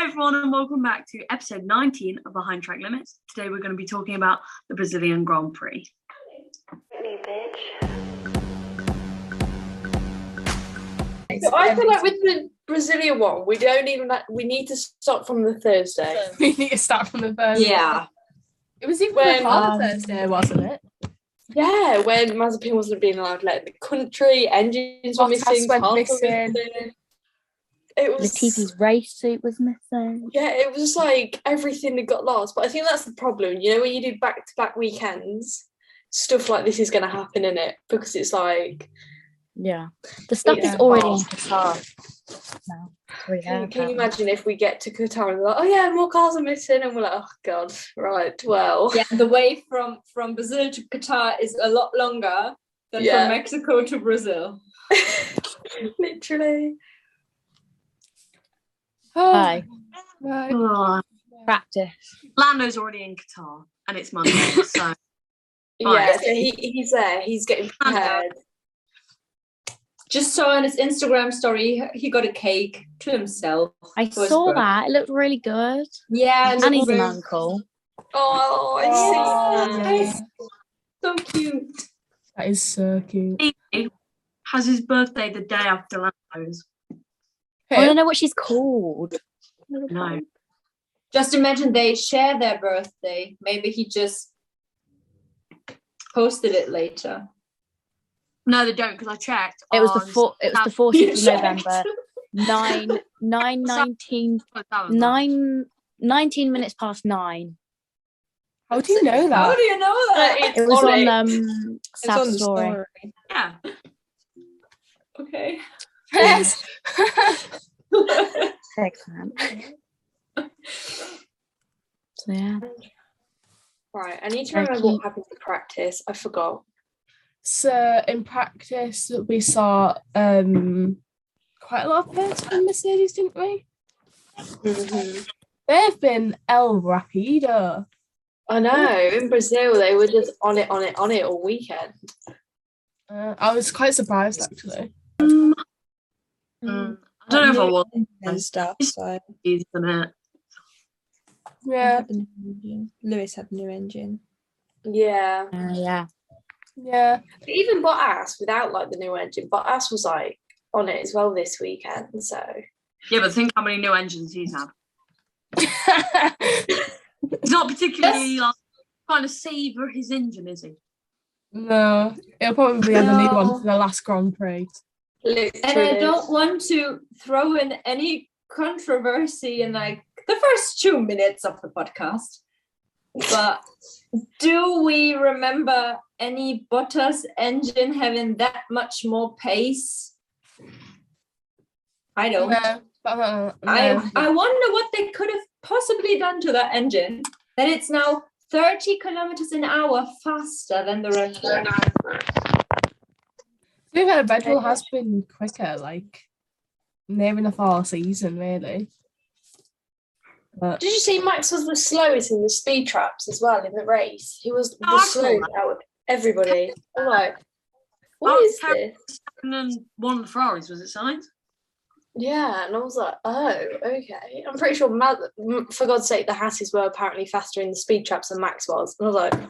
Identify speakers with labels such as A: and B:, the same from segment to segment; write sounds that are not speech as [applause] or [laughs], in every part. A: everyone, and welcome back to episode 19 of Behind Track Limits. Today, we're going to be talking about the Brazilian Grand Prix.
B: So I feel like with the Brazilian one, we don't even like, we need to start from the Thursday.
C: [laughs] we need to start from the first.
D: Yeah.
C: It was even
B: When,
C: when, um,
B: um,
C: Thursday, wasn't it?
B: Yeah, when Mazepin wasn't being allowed to let in the country, engines were
C: Bottas
B: missing,
C: went
B: cars were
C: missing.
B: missing. It was
E: Latifi's race suit was missing.
B: yeah, it was just like everything that got lost. But I think that's the problem, you know, when you do back to back weekends, stuff like this is going to happen in it because it's like
E: Yeah, the stuff
B: Yeah.
E: is already in Qatar. now. We
B: Can,
E: have
B: can you
E: that.
B: imagine if we get to Qatar and we're like, oh yeah, more cars are missing, and we're like, oh god, right, well,
D: Yeah, the way from from Brazil to Qatar is a lot longer than
B: Yeah.
D: from Mexico to Brazil.
B: [laughs] literally.
E: Aye.
C: Right.
A: Ugh.
E: practice?
A: Oh, Lando's already in Qatar, and it's Monday, so
D: Oh,
A: Right.
B: Yeah, so he, he's there. He's getting
A: Fun.
B: prepared.
D: Just saw on his Instagram story he got a cake to himself.
E: I
D: for his
E: saw
D: birth-
E: that. It looked really good.
D: Yeah,
E: And he's an
D: very-
E: uncle.
B: Oh, I see.
D: Yeah,
C: Yeah.
D: it's so cute.
C: That is so cute.
A: he has his birthday the day after Lando's.
E: I want to know what she's called.
A: No.
D: Just imagine they share their birthday. Maybe he just posted it later.
A: No, they don't, because I checked.
E: It was the
B: Oh,
A: on-
E: four. It was the
B: You [laughs]
E: fourteenth of
B: checked.
E: November. Nine,
B: [laughs]
E: nine, nineteen,
A: That was
E: nine, nineteen minutes past nine.
C: How do you know
D: How
C: that?
D: do you know
B: Uh,
D: that?
B: it's
E: It was on
B: it.
E: um South Story.
A: Yeah.
D: Okay.
C: [laughs] Yes.
B: [laughs]
E: Excellent. So yeah,
B: [laughs] Right, I need to
E: Very
B: remember what
E: cute.
B: happened in practice. I forgot.
C: so in practice, we saw um quite a lot of players from Mercedes, didn't we?
D: Mm-hmm.
C: They've been El Rapido.
B: I know. In Brazil, they were just on it, on it, on it all weekend.
C: Uh, I was quite surprised actually.
A: Mm, mm, I don't know if I want
F: and stuff. So
A: these than it.
C: Yeah,
F: Had a new engine. Lewis had a new engine.
B: Yeah.
E: uh, yeah.
C: yeah. [laughs]
B: But even Bottas, without like the new engine, Bottas was like on it as well this weekend. So
A: Yeah, but think how many new engines he's had. He's not particularly like, trying to savour his engine, is he?
C: no, it'll probably be the new one
D: No.
C: for the last Grand Prix.
B: literally,
D: And I don't want to throw in any controversy in like the first two minutes of the podcast. But do we remember any Bottas engine having that much more pace? I
C: No,
D: don't.
C: but, uh, no.
D: I I wonder what they could have possibly done to that engine that it's now 30 kilometers an hour faster than the rest. of them.
C: To be fair, Red Bull has been quicker, like nearing the whole season, really. But
B: Did you see Max was the slowest in the speed traps as well in the race? He was
A: Oh,
B: the
A: I saw
B: slowest out of everybody. I'm like, what
A: Oh,
B: is
A: Karen-
B: this?
A: And then one of the Ferraris, was it science?
B: Yeah, and I was like, oh, okay. I'm pretty sure, Ma- m- for God's sake, the Hasses were apparently faster in the speed traps than Max was. And I was like,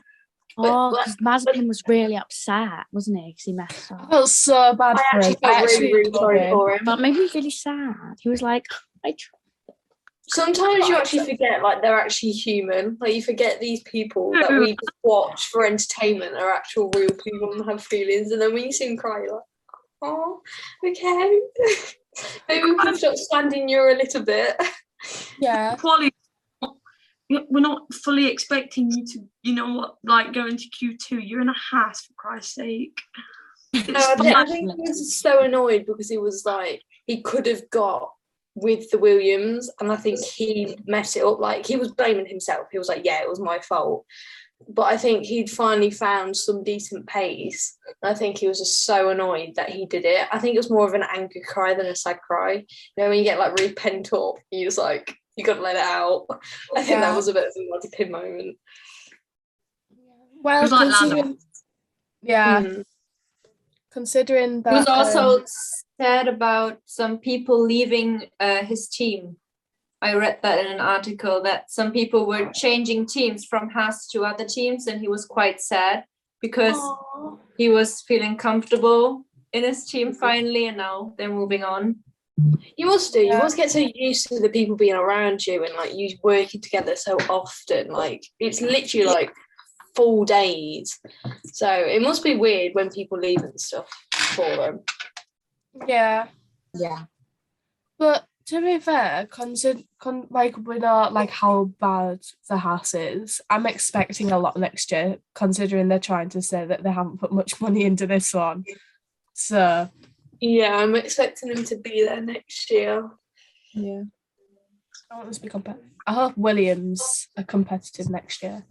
E: Oh,
B: but-
E: because Mazepin was really upset, wasn't he? Because he messed
C: I
E: up.
C: felt so bad
B: I
C: for
B: actually
C: him.
B: felt really, really
C: love
B: sorry
C: him.
B: for him.
E: But maybe he's really sad. He was like, I tried.
B: Sometimes you actually forget, like, they're actually human. Like, you forget these people that we just watch for entertainment are actual real people and have feelings. And then when you see them cry, you're like, oh, okay. [laughs] Maybe we can stop standing you a little bit. [laughs]
C: Yeah.
A: Quality. We're not fully expecting you to, you know what, like go into Q2. You're in a house, for Christ's sake.
B: No, I
A: It's
B: think, I
A: fine.
B: think he was so annoyed because he was like he could have got with the Williams, and I think he messed it up. Like he was blaming himself. He was like, "Yeah, it was my fault," but I think he'd finally found some decent pace. And I think he was just so annoyed that he did it. I think it was more of an anger cry than a sad cry. You know, when you get like really pent up, you just like you got to let it out. I think that
C: Yeah.
B: was a bit of a like pin moment.
C: Well,
A: It was like Lando.
C: considering, yeah,
B: Mm.
C: considering that
D: He was
C: um,
D: also sad about some people leaving uh, his team. I read that in an article that some people were changing teams from Haas to other teams, and he was quite sad because he was feeling comfortable in his team finally, and now they're moving on.
B: You must do. You must get so used to the people being around you and like you working together so often. Like it's literally like full days. So it must be weird when people leave and stuff for them.
C: Yeah.
F: Yeah.
C: But to be fair, consider con- like we're not like how bad the house is. I'm expecting a lot next year, considering they're trying to say that they haven't put much money into this one. So
B: Yeah, I'm expecting them to be there next year.
F: Yeah.
C: I want them to Oh, be competitive. I hope Williams are competitive next year.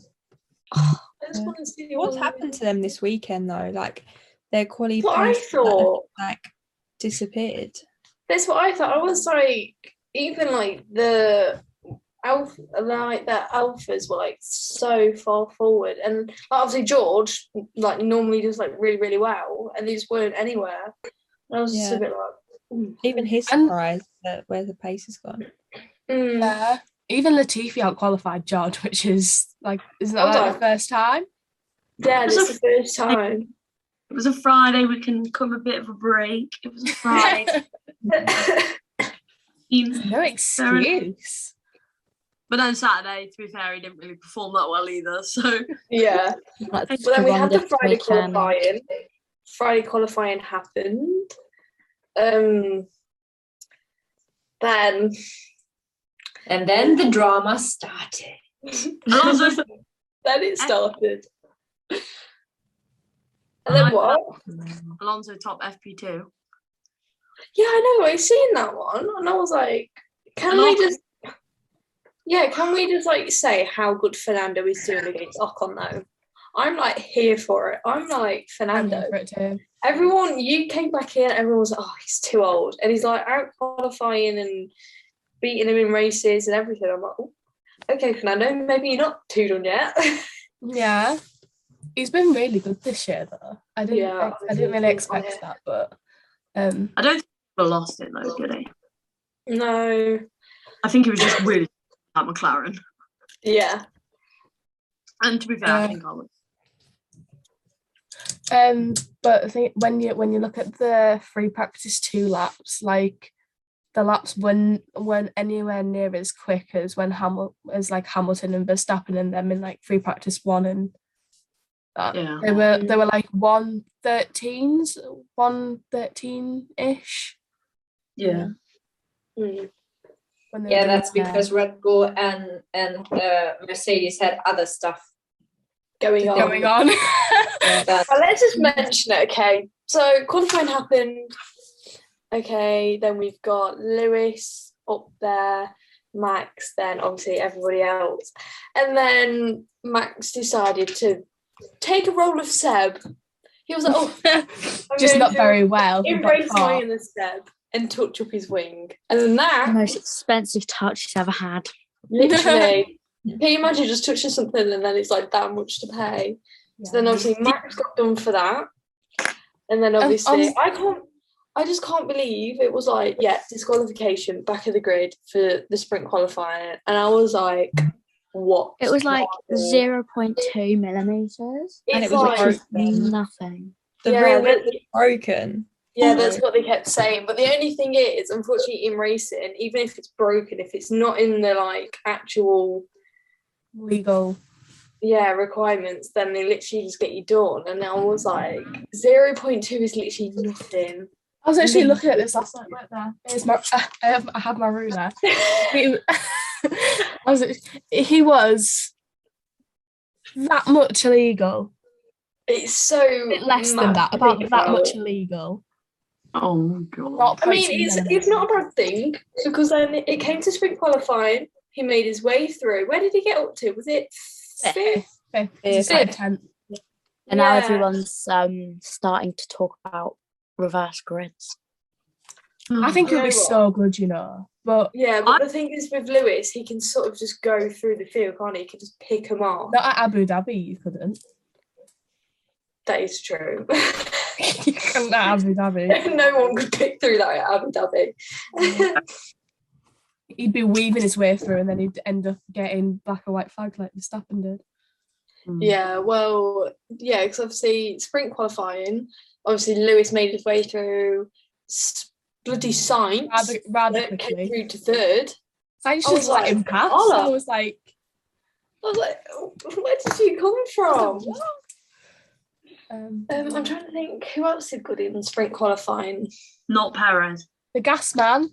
B: I just
F: Yeah.
B: want to see
F: What's
B: what-
F: happened to them this weekend though? Like their quality
B: What I
F: points, like, have,
B: thought.
F: like disappeared.
B: That's what I thought. I was like, even like the alpha, like the alphas were like so far forward, and like, obviously George like normally does like really really well, and these weren't anywhere. And I was just
F: Yeah.
B: a bit like, mm,
F: Even his
C: And-
F: surprise that where the pace has gone.
B: mm.
C: Yeah. Even Latifi outqualified George, which is like isn't that
B: Hold
C: like
B: on.
C: the first time?
B: yeah, this
A: It's
B: is the first time.
A: It was a Friday. We can come a bit of a break. It
B: [laughs]
A: was a Friday. team.
C: [laughs] no excuse.
A: but then Saturday, to be fair, he didn't really perform that well either. So
B: yeah,
A: But
E: Like,
B: but then we had the
E: horrendous
B: Friday
E: weekend.
B: qualifying. Friday qualifying happened. Um, then
D: And then the drama started.
A: [laughs] Alonso,
B: then it [laughs] started. And [laughs] then what?
A: Alonso top FP two.
B: Yeah, I know. I seen that one, and I was like, can we just? Yeah, can we just like say how good Fernando is doing against Ocon though? I'm like here for it. I'm like
C: I'm
B: Fernando.
C: here for it too.
B: Everyone, you came back in. Everyone was like, oh, he's too old, and he's like out qualifying and beating him in races and everything. I'm like, "Oh, okay, Fernando, maybe you're not too done yet. [laughs]
C: Yeah. He's been really good this year though. I didn't
B: Yeah,
C: ex-
B: I
C: I didn't
B: do
C: really
B: think-
C: expect that, but um
A: I don't think he lost it though, did he?
B: no.
A: I think it was just really [laughs] at McLaren.
B: Yeah.
A: And to be fair, I
B: Uh,
C: Yeah.
A: think I was.
C: Um, but I think when you when you look at the free practice two laps, like the laps weren't weren't anywhere near as quick as when Hamil as like Hamilton and Verstappen and them in like free practice one and that
A: Yeah.
C: they were they were like one thirteens, one thirteen ish
A: Yeah.
B: Mm.
C: when they were
D: Yeah,
C: doing
D: that's
C: their-
D: because Red Bull and and uh, Mercedes had other stuff
B: Going on.
C: going on.
D: that
B: Well, let's just mention it, okay? So qualifying happened. Okay, then we've got Lewis up there, Max, then obviously everybody else. And then Max decided to take a role of Seb. He was like,
C: [laughs]
B: oh, I'm
C: [laughs] Just
B: going
C: not
B: to
C: very well. he got
B: Embrace
C: caught.
B: my inner Seb and touch up his wing. And then
E: The
B: that,
E: most expensive touch he's ever had.
B: literally, can you imagine just touching something and then it's like that much to pay? So then
C: Yeah.
B: obviously Max got done for that. And then
C: Um,
B: obviously
C: um,
B: I can't I just can't believe it was like, yeah, disqualification, back of the grid for the sprint qualifying. And I was like, what?
E: It was
B: [laughs]
E: like
B: Marvel?
E: zero point two millimeters.
B: It's
F: and it was
B: like,
F: broken.
B: Mm-hmm.
E: Nothing.
F: The
B: yeah,
F: real
B: that-
F: broken.
B: yeah, that's what they kept saying. But the only thing is, unfortunately, in racing, even if it's broken, if it's not in the like actual
C: legal.
B: yeah requirements, then they literally just get you done. And I was like, zero point two is literally nothing. [laughs]
C: I was actually looking at this last night. Right there, here's my. [laughs] I have. I have my ruler. He- [laughs] I was. He was that much illegal.
B: It's so
C: Less than that. About
B: massively
C: that much
B: low.
C: illegal.
A: Oh my god.
C: Not
B: I mean,
C: approaching
B: it's
C: minimum.
B: it's not a bad thing because then it came to sprint qualifying. He made his way through. Where did he get up to? Was it fifth?
C: Fifth,
F: Fifth.
C: fifth, tenth.
E: And now
B: Yeah.
E: everyone's um starting to talk about reverse grids.
C: I think
B: You
A: Mm.
C: it'll be
B: know what?
C: so good, you know. But
B: Yeah, but the thing is with Lewis, he can sort of just go through the field, can't he? He can just pick them off.
C: not at Abu Dhabi, you couldn't. [laughs]
B: That is true. [laughs]
C: you couldn't at Abu Dhabi. Mm.
B: no one could pick through that at Abu Dhabi.
C: he'd be weaving his way through, and then he'd end up getting black or white flag like Verstappen did.
A: Mm.
B: Yeah, well, yeah, because obviously sprint qualifying, obviously Lewis made his way through s- bloody science, [laughs]
C: Rather, rather
B: came
C: quickly.
B: through to third.
C: Science
B: I
C: just
B: was
C: let
B: like,
C: him pass.
B: "Hola."
C: I was like,
B: I was like, "Oh, where did you come from?
C: um,
B: [laughs] Um, I'm trying to think who else did good in sprint qualifying.
A: Not Perez.
C: the gas man.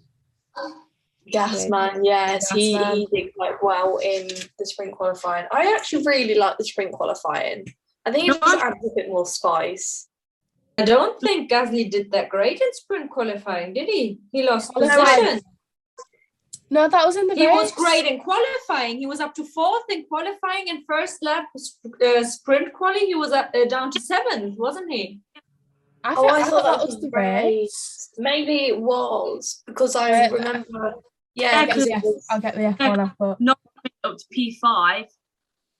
F: Yeah.
B: Gasman, yes, he, he
C: Gasman.
B: did quite well in the spring qualifying. I actually really like the spring qualifying. I think it
A: No,
B: just
A: I-
B: adds a bit more spice.
D: I don't think Gasly did that great in sprint qualifying, did he? He lost
C: Oh, no,
D: position.
C: No, that was in the
D: He
C: race.
D: was great in qualifying. He was up to fourth in qualifying, and first lap sp- uh, sprint quali, he was up, uh, down to seventh, wasn't he?
C: I,
B: Oh,
C: thi-
B: I
C: I
B: thought
C: thought
B: that
C: that
B: was
C: was the
B: race.
C: race.
B: Maybe it was because I
C: Yeah.
B: remember. Yeah,
A: Yeah,
C: I'll get,
B: because
C: the F- I'll get the F1 up, but
A: Up to P5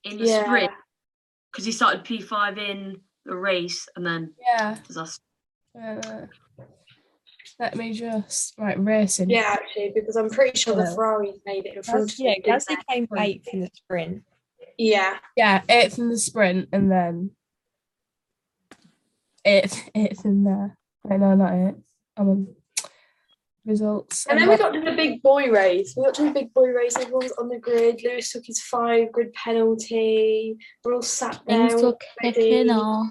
A: in the
B: yeah,
A: sprint because he started P5 in the race and then
C: yeah.
A: disaster.
C: Uh, let me just right racing.
B: yeah, actually, because I'm pretty sure the
C: Yeah.
B: Ferraris made it in front
F: Gasly,
B: of
F: yeah,
B: me, didn't
F: Gasly came eighth in the sprint.
B: they? Yeah,
C: yeah, eighth in the sprint, and then eighth, [laughs] eighth in there. Wait, no, not eighth. I'm on results.
B: and then
C: I'm
B: we
C: like-
B: got to the big boy race. We got to the big boy race. Everyone's on the grid. Lewis took his five grid penalty. We're all sat there.
E: Things were kicking
B: ready.
E: off.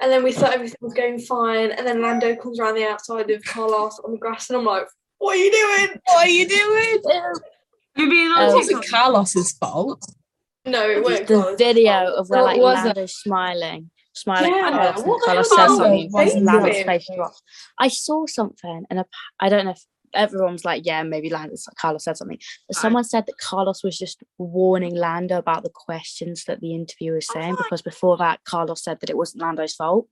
B: And then we thought everything was going fine. And then Lando comes around the outside of Carlos on the grass, and I'm like, "What are you doing?"
C: what are you doing?
A: You'd be
E: Oh.
C: It
A: like,
C: wasn't Carlos's fault.
B: No, it
E: There's
B: worked.
E: the video of where
D: What
E: like
D: was it?
E: Lando's smiling, smiling
B: Yeah,
E: at
D: uh,
E: Carlos,
B: what
E: and
B: the
E: Carlos says
B: hell was
E: something,
C: that?
E: and Lando's
B: Amazing.
E: face drops. I saw something, and ap- I don't know if everyone's like, yeah, maybe Lando, Carlos said something, but
A: Right.
E: someone said that Carlos was just warning Lando about the questions that the interviewer was saying
A: right.
E: because before that, Carlos said that it wasn't Lando's fault.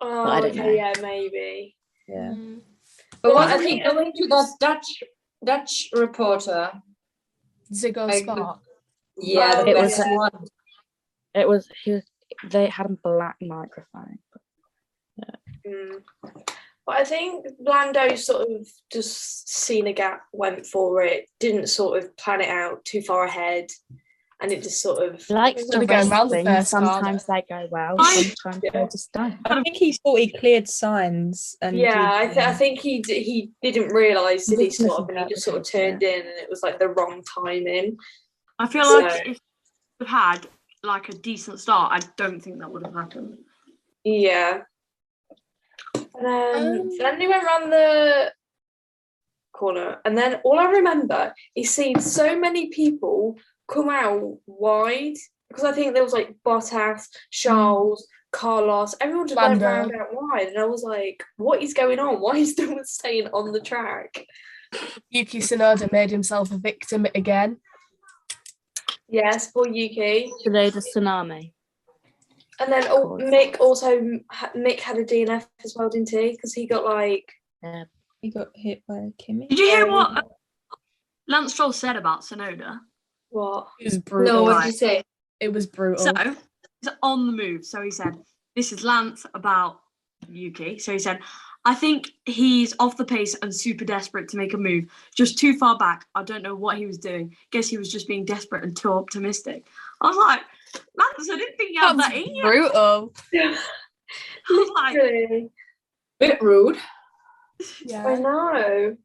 B: Oh,
E: I don't
B: okay,
E: know.
B: yeah, maybe.
F: Yeah.
D: But
B: Well, I
D: wasn't he
B: think-
D: going to that Dutch Dutch reporter?
C: Ziggo
D: I-
C: Spark.
D: Yeah,
B: Oh,
D: the
E: It was- uh,
D: best one.
E: It was he was, they had a black microphone.
B: Mm. But I think Lando sort of just seen a gap, went for it, didn't sort of plan it out too far ahead, and it just sort of.
E: He likes
C: They
E: to
C: go
E: race
C: round the
E: things.
C: first
E: Sometimes they go well,
A: I-
E: sometimes they just don't.
F: I think he thought he cleared signs and
B: Yeah, I,
F: did,
B: th- I
F: um,
B: think he d- he didn't realise that he
E: Witness
B: sort of
E: of
B: and he
E: that
B: just sort of
E: was happening.
B: turned in and it was like the wrong timing.
A: I feel
B: So-
A: like if we had like a decent start, I don't think that would have happened.
B: Yeah. And then,
C: Um,
B: then he went round the corner, and then all I remember is seeing so many people come out wide because I think there was like Bottas, Charles, Carlos, everyone just went
C: Lando.
B: round out wide, and I was like, "What is going on? Why is [laughs] no one staying on the track?"
C: Yuki Tsunoda made himself a victim again.
B: Yes, poor Yuki.
E: Below the tsunami.
B: And then oh,
E: God.
B: Mick also Mick had a DNF as well, didn't he? Because he got like
E: Yeah.
F: he got hit by
A: Did
F: Kimmy.
A: you hear what uh, Lance Stroll said about Sonoda?
B: what?
C: It was brutal.
D: No, what
A: what'd
D: did
A: you
D: you say?
C: It was brutal.
A: So he's on the move. So he said, This is Lance about Yuki. So he said, I think he's off the pace and super desperate to make a move. Just too far back. I don't know what he was doing. Guess he was just being desperate and too optimistic. I was like, Lance, I didn't think you had
C: That
A: that
C: was
A: in you. I
C: brutal.
B: [laughs]
A: was [laughs] like,
B: Really?
D: Bit rude.
B: I
C: Yeah.
B: know.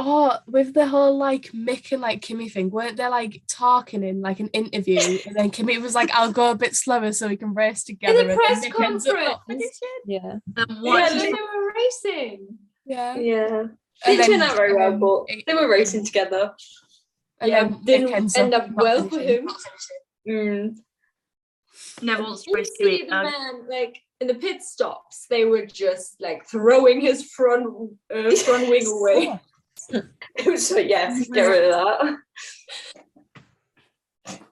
C: Oh, with the whole like Mick and like Kimmy thing, weren't they like talking in like an interview? And then Kimmy was like, I'll go a bit slower so we can race together. and then
D: press
C: Mick ends up not
D: conference.
C: racing.
F: Yeah.
A: then
D: Yeah,
A: what?
D: they were racing.
C: Yeah.
B: Yeah.
C: And
B: Didn't turn
C: then,
B: out very well,
C: um,
B: but
C: it-
B: they were racing together.
C: and
D: yeah,
C: then Mick
D: um, didn't
C: ends
D: end up
C: not
D: well for
C: finishing.
D: him.
B: Mm.
A: Never wants to um,
D: You
A: race
D: see
A: to
D: the man like in the pit stops, they were just like throwing his front uh, front wing away.
B: It was like, yeah, get rid of that.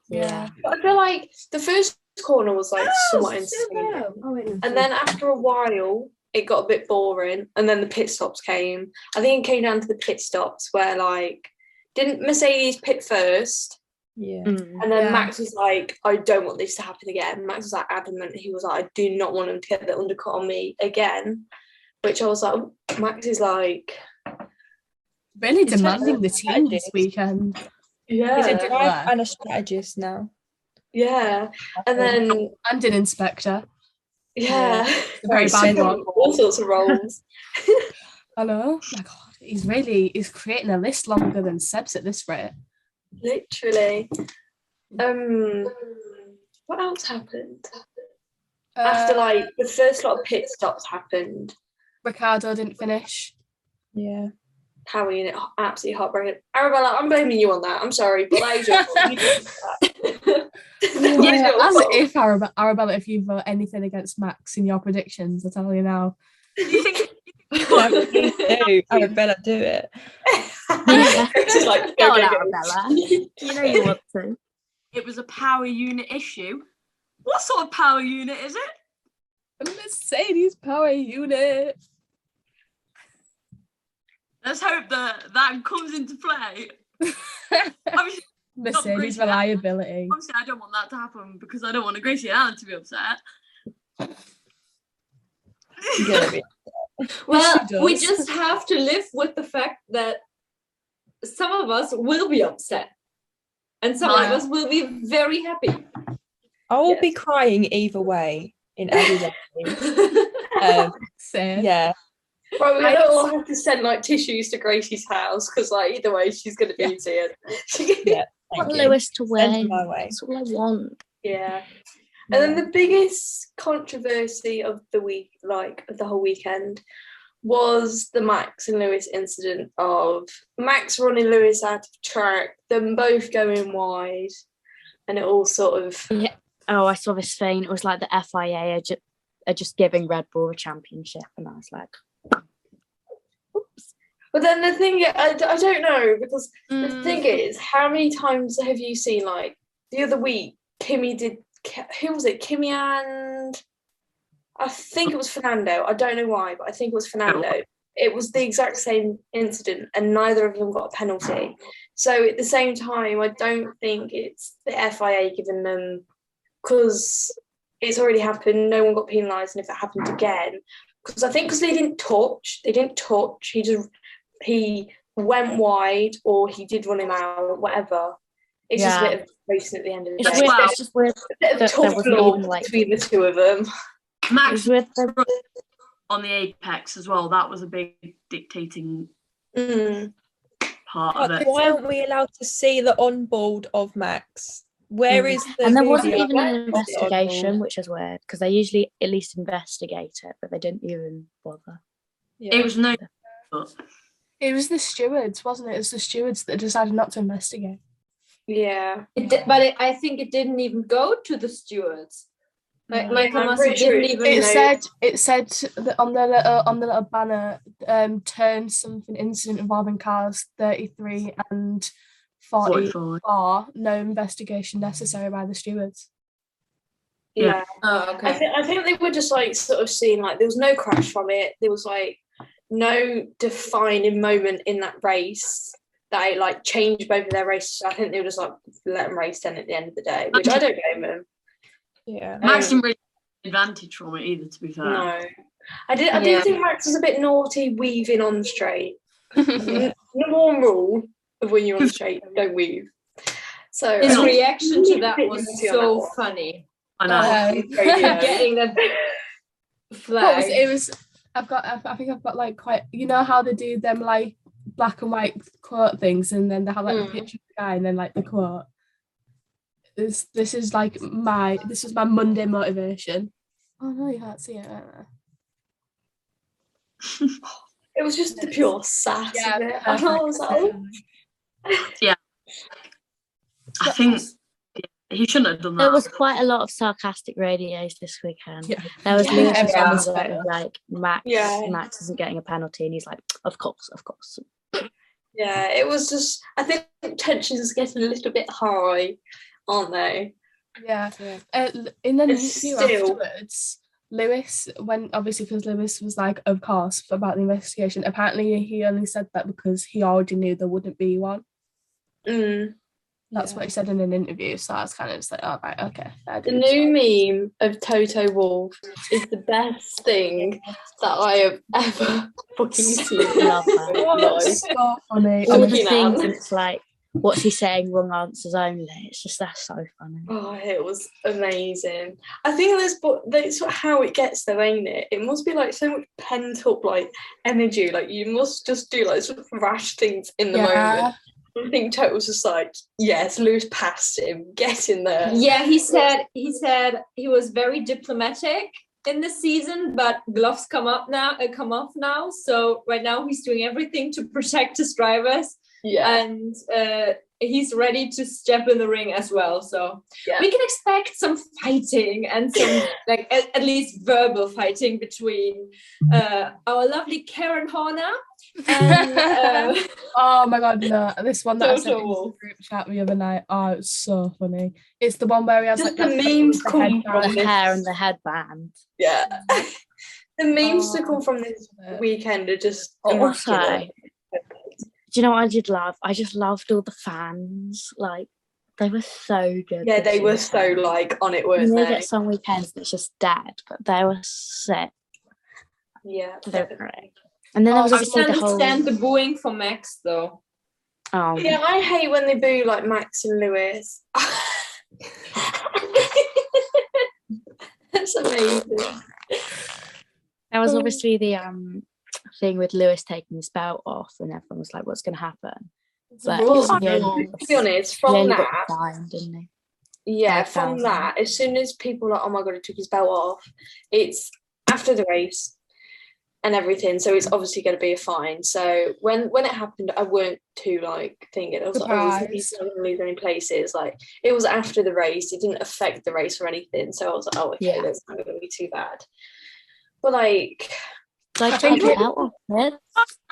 C: Yeah.
B: But I feel like the first corner was like somewhat insane.
D: oh,
B: And then after a while, it got a bit boring. And then the pit stops came. I think it came down to the pit stops where, like, didn't Mercedes pit first?
F: Yeah.
E: Mm.
B: And then
C: Yeah.
B: Max was like, I don't want this to happen again. Max was like adamant. He was like, I do not want him to get the undercut on me again. Which I was like, Max is like,
C: Really
F: It's like-
C: demanding the team this weekend.
F: He's a
B: Yeah.
F: driver and a strategist now.
B: Yeah. And then
C: And an inspector.
B: yeah. [laughs]
C: A very bad one.
B: All sorts of roles.
C: Hello? My God, he's really he's creating a list longer than Seb's at this rate.
B: Literally. Um what else happened?
C: Uh,
B: After like the first lot of pit stops happened,
C: Ricardo didn't finish.
B: [laughs]
F: Yeah.
B: Howie and it absolutely heartbreaking. Arabella, I'm blaming you on that. I'm sorry, but that is your fault. You did that. That was
C: Yeah,
B: your
C: as
B: fault.
C: if Arab- Arabella, if you vote anything against Max in your predictions, I tell you now.
A: you think
F: Arabella, do it.
B: [laughs] It's just like, go,
E: Go on,
B: go, go.
E: Arabella. You know you want to.
A: it was a power unit issue? What sort of power unit is it?
C: A Mercedes power unit.
A: Let's hope that that comes into play. Obviously,
C: Mercedes
A: great.
C: reliability.
A: obviously, I don't want that to happen because I don't want Gracie Allen to be upset.
F: You're gonna be-
D: Well,
C: she
D: we
C: does.
D: just have to live with the fact that some of us will be upset. And some of
A: Yeah.
D: us will be very happy.
F: I will be
D: Yes.
F: crying either way in every day.
B: [laughs]
F: Um,
C: Same.
F: yeah.
B: [laughs] Right, we're gonna all have to send like tissues to Gracie's house because like either way she's gonna be in tears. [laughs]
F: Yeah.
E: I
F: Thank
E: want
F: you.
E: Lewis to
F: Send it
E: win.
F: my way.
E: That's all I want.
B: yeah. And then the biggest controversy of the week, like of the whole weekend, was the Max and Lewis incident of Max running Lewis out of track, them both going wide, and it all sort of
E: Oh, I saw this thing. It was like the FIA are, ju- are just giving Red Bull a championship, and I was like,
B: But then the thing, I, d- I don't know, because the thing is, how many times have you seen, like, the other week, Kimmy did, Ki- who was it? Kimmy and, I think it was Fernando. I don't know why, but I think it was Fernando. It was the exact same incident, and neither of them got a penalty. So at the same time, I don't think it's the FIA giving them, because it's already happened, no one got penalised, and if it happened again, because I think because they didn't touch, they didn't touch, he just he went wide or he did run him out, whatever. It's just a
E: Yeah.
B: bit of racing at the end of the
E: it's
A: That's
B: day.
E: weird.
A: why-
E: It's just weird.
B: a bit
E: there-
B: of
E: there
B: tough
E: wasn't
B: love
E: even, like-
B: between the two of them.
E: It
A: Max
E: was weird. The
A: on the apex as well. That was a big dictating
B: Mm.
A: part of
F: But
A: it.
F: why aren't we allowed to see the onboard of Max? Where
E: Mm.
F: is the
E: and there
F: video
E: wasn't
F: of
E: even an
F: Max on board?
E: investigation, which is weird because they usually at least investigate it, but they didn't even bother.
F: Yeah.
A: It was no.
C: It was the stewards, wasn't it? It was the stewards that decided not to investigate.
B: Yeah.
E: Mm,
D: It di- but it, I think it didn't even go to the stewards. Like
F: No.
D: Michael
B: I'm
D: Massey
B: pretty sure
D: didn't
B: it-
D: even
C: It
D: know.
C: said it said that on the little on the little banner, um, turn something incident involving cars thirty three and forty
A: Forty-four.
C: four. No investigation necessary by the stewards.
B: Yeah.
D: Oh,
B: I,
D: okay.
B: th- I think they were just like sort of seeing like there was no crash from it. There was like no defining moment in that race that like changed both of their races. I think they were just like let them race then at the end of the day, which I don't blame them.
F: Yeah.
A: Max
B: Um,
A: didn't really get advantage from it either. To be fair.
B: No, I did. I
D: Yeah.
B: do think Max was a bit naughty weaving on the straight.
F: Yeah.
B: Number one rule of when you're on the straight, don't weave. So [laughs]
D: His
B: um,
D: reaction to that
B: Didn't
D: was
B: see on that
D: so
B: one.
D: funny.
A: I know.
C: Um,
B: it's very good.
D: [laughs] Getting that
C: what was
D: flag.
C: it? It was I've got I've- I think I've got like quite you know how they do them like black and white quote things and then they have like
B: Mm.
C: the picture of the guy and then like the quote. This this is like my this was my Monday motivation. Oh no, you can't see it. Right there.
B: It was just the pure sass. Yeah,
C: Yeah,
B: [laughs] I was like, oh,
A: I think he shouldn't have done that.
E: There was quite a lot of sarcastic radios this weekend.
C: Yeah.
E: There was
B: Yeah,
E: Lewis
C: everyone
E: Hamilton
C: was better.
E: was like Max,
B: Yeah.
E: Max isn't getting a penalty, and he's like, of course, of course.
B: yeah. It was just. I think tensions getting a little bit high, aren't they?
C: Yeah.
F: Yeah.
C: Uh, l- in the
B: It's
C: interview
B: still-
C: afterwards, Lewis, when obviously because Lewis was like, of course, about the investigation, apparently he only said that because he already knew there wouldn't be one.
B: Mm.
C: That's what he said in an interview. So I was kind of just like, all right, okay. fair
B: The
C: dues."
B: new meme of Toto Wolf is the best thing that I have ever [laughs] fucking seen.
E: Love
B: [laughs]
E: that.
C: Oh, it's so funny.
E: [laughs] All
B: Looking
E: the
B: at
E: things
B: him.
E: it's like, what's he saying? Wrong answers only. It's just that's so funny.
B: Oh, it was amazing. I think that's but that's how it gets there, ain't it? It must be like so much pent up like energy. Like you must just do like sort of rash things in the
C: Yeah.
B: moment. I think Toto was just like, yes, Lewis passed him, get in there.
D: Yeah, he said he said he was very diplomatic in the season, but gloves come up now, uh, come off now. So right now he's doing everything to protect his drivers,
B: Yeah.
D: and uh, he's ready to step in the ring as well. So
B: Yeah.
D: we can expect some fighting
B: [laughs]
D: and some like at, at least verbal fighting between uh, our lovely Karen Horner and. Uh,
C: Oh my god, no! This one that I sent
D: Total
C: into the
D: wolf.
C: group chat the other night. Oh, it's so funny. It's the one where he has
B: Just
C: like
B: the
C: that-
B: memes
C: the
B: come
C: headband.
B: from
E: The
B: this.
E: hair and the headband.
B: Yeah. [laughs] the memes that
C: Oh,
B: come from this weekend are just
E: Also,
B: immaculate.
E: do you know what I did love? I just loved all the fans. Like they were so good.
B: Yeah,
E: this
B: they were
E: season.
B: so like on it,
E: You
B: weren't
E: know,
B: they?
E: get some weekends that's just dead, but they were sick.
B: Yeah.
E: They were great. And then
B: Oh,
E: there was
D: I
E: obviously the whole.
D: understand the booing for Max though.
E: Oh,
B: Yeah, I hate when they boo like Max and Lewis. [laughs] That's amazing.
E: There was
B: Mm.
E: obviously the um thing with Lewis taking his belt off, and everyone was like, "What's going to happen?" But
B: Well,
E: he only
B: to
E: got
B: be
E: s-
B: honest,
E: he
B: from
E: only
B: that,
E: got fined, didn't he?
B: yeah,
E: five
B: from
E: thousand.
B: that, as soon as people are like, oh my god, he took his belt off, it's after the race and everything, so it's obviously going to be a fine. So when when it happened, I weren't too like thinking. I was like, oh, he's
C: Surprised.
B: not going to lose any places. Like it was after the race, it didn't affect the race or anything. So I was like, oh, okay,
E: Yeah.
B: that's not going to be too bad. But like,
E: So I
B: think Uh,
E: took it out of it.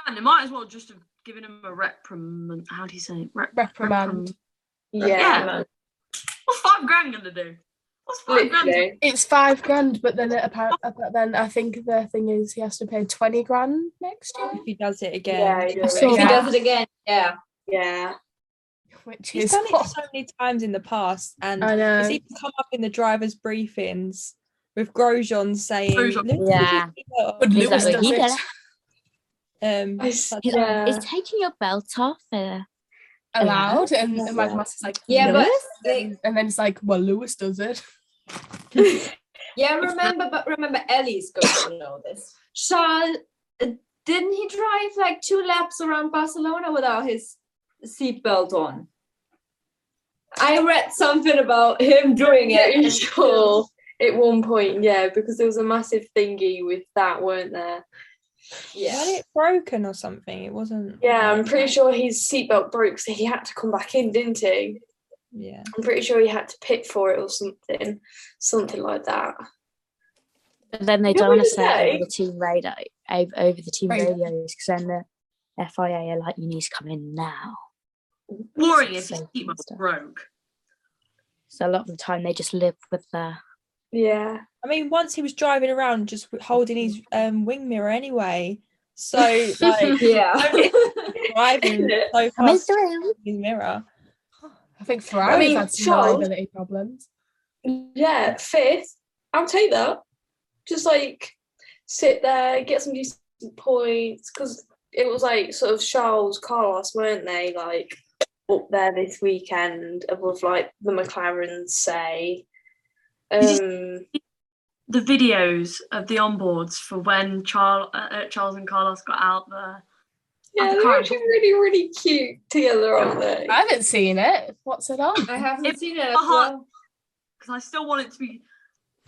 A: And they might as well just have given him a reprimand. How do you say it? Rep-
C: reprimand.
B: yeah.
A: What's five grand gonna do? What's five grand? gonna-
B: Literally.
C: It's five grand, but then it apparent, but then I think the thing is he has to pay twenty grand next year,
F: If he does it again,
B: Yeah, you're
C: saw
B: right.
D: If he
C: Yeah.
D: does it again, yeah.
B: yeah.
C: which
F: he's
C: is
F: done it so many times in the past, and
D: Uh,
C: I
F: it's
C: know.
F: even come up in the drivers' briefings with Grosjean saying,
A: Grosjean.
F: "Lewis,
E: Yeah.
F: did you know?"
C: But Lewis
E: Exactly.
C: does
E: He
C: it.
E: did it.
F: Um,
B: It's-
F: but
E: He's
B: yeah.
E: Is taking your belt off uh,
C: allowed, and
E: Yeah.
C: Mad Max is like,
D: Yeah,
C: "No."
D: but they,
C: and then it's like, well, Lewis does it.
D: [laughs] yeah, remember, but remember, Ellie's going to know this. Charles, uh, didn't he drive like two laps around Barcelona without his seatbelt on? I read something about him doing
B: Yeah,
D: it. [laughs]
B: it was cool. At one point, yeah, because there was a massive thingy with that, weren't there?
F: had
D: Yeah.
F: it broken or something. It wasn't.
B: Yeah, I'm pretty sure his seatbelt broke, so he had to come back in, didn't he?
F: Yeah.
B: I'm pretty sure he had to pit for it or something, something like that.
E: But then they
B: Yeah,
E: don't
B: what
E: want to
B: did
E: say it
B: they?
E: over the team radio over, over the team
C: Radio.
E: radios because then the FIA are like, "You need to come in now."
A: Boring if his
E: Safety and
A: seatbelt
E: stuff.
A: broke.
E: So a lot of the time they just live with the
B: Yeah,
F: I mean, once he was driving around just holding his um, wing mirror anyway. So
B: [laughs]
F: like
D: Yeah.
F: driving
B: Isn't it?
F: so
E: coming
F: fast
E: through.
F: with his mirror.
C: I think Ferrari's
B: mean,
C: had some
B: Charles-
C: liability problems.
B: yeah, fifth. I'll take that. Just like sit there, get some decent points, because it was like sort of Charles, Carlos, weren't they? Like up there this weekend above like the McLarens, say.
A: Is
B: Um,
A: The videos of the onboards for when Charles, uh, uh, Charles and Carlos got out there.
B: Yeah,
A: the
B: they're
A: car.
B: actually really, really cute together, aren't they?
C: I haven't seen it. What's it on?
D: I haven't
A: If-
D: seen it. as
A: Uh-huh.
D: well.
A: because I still want it to be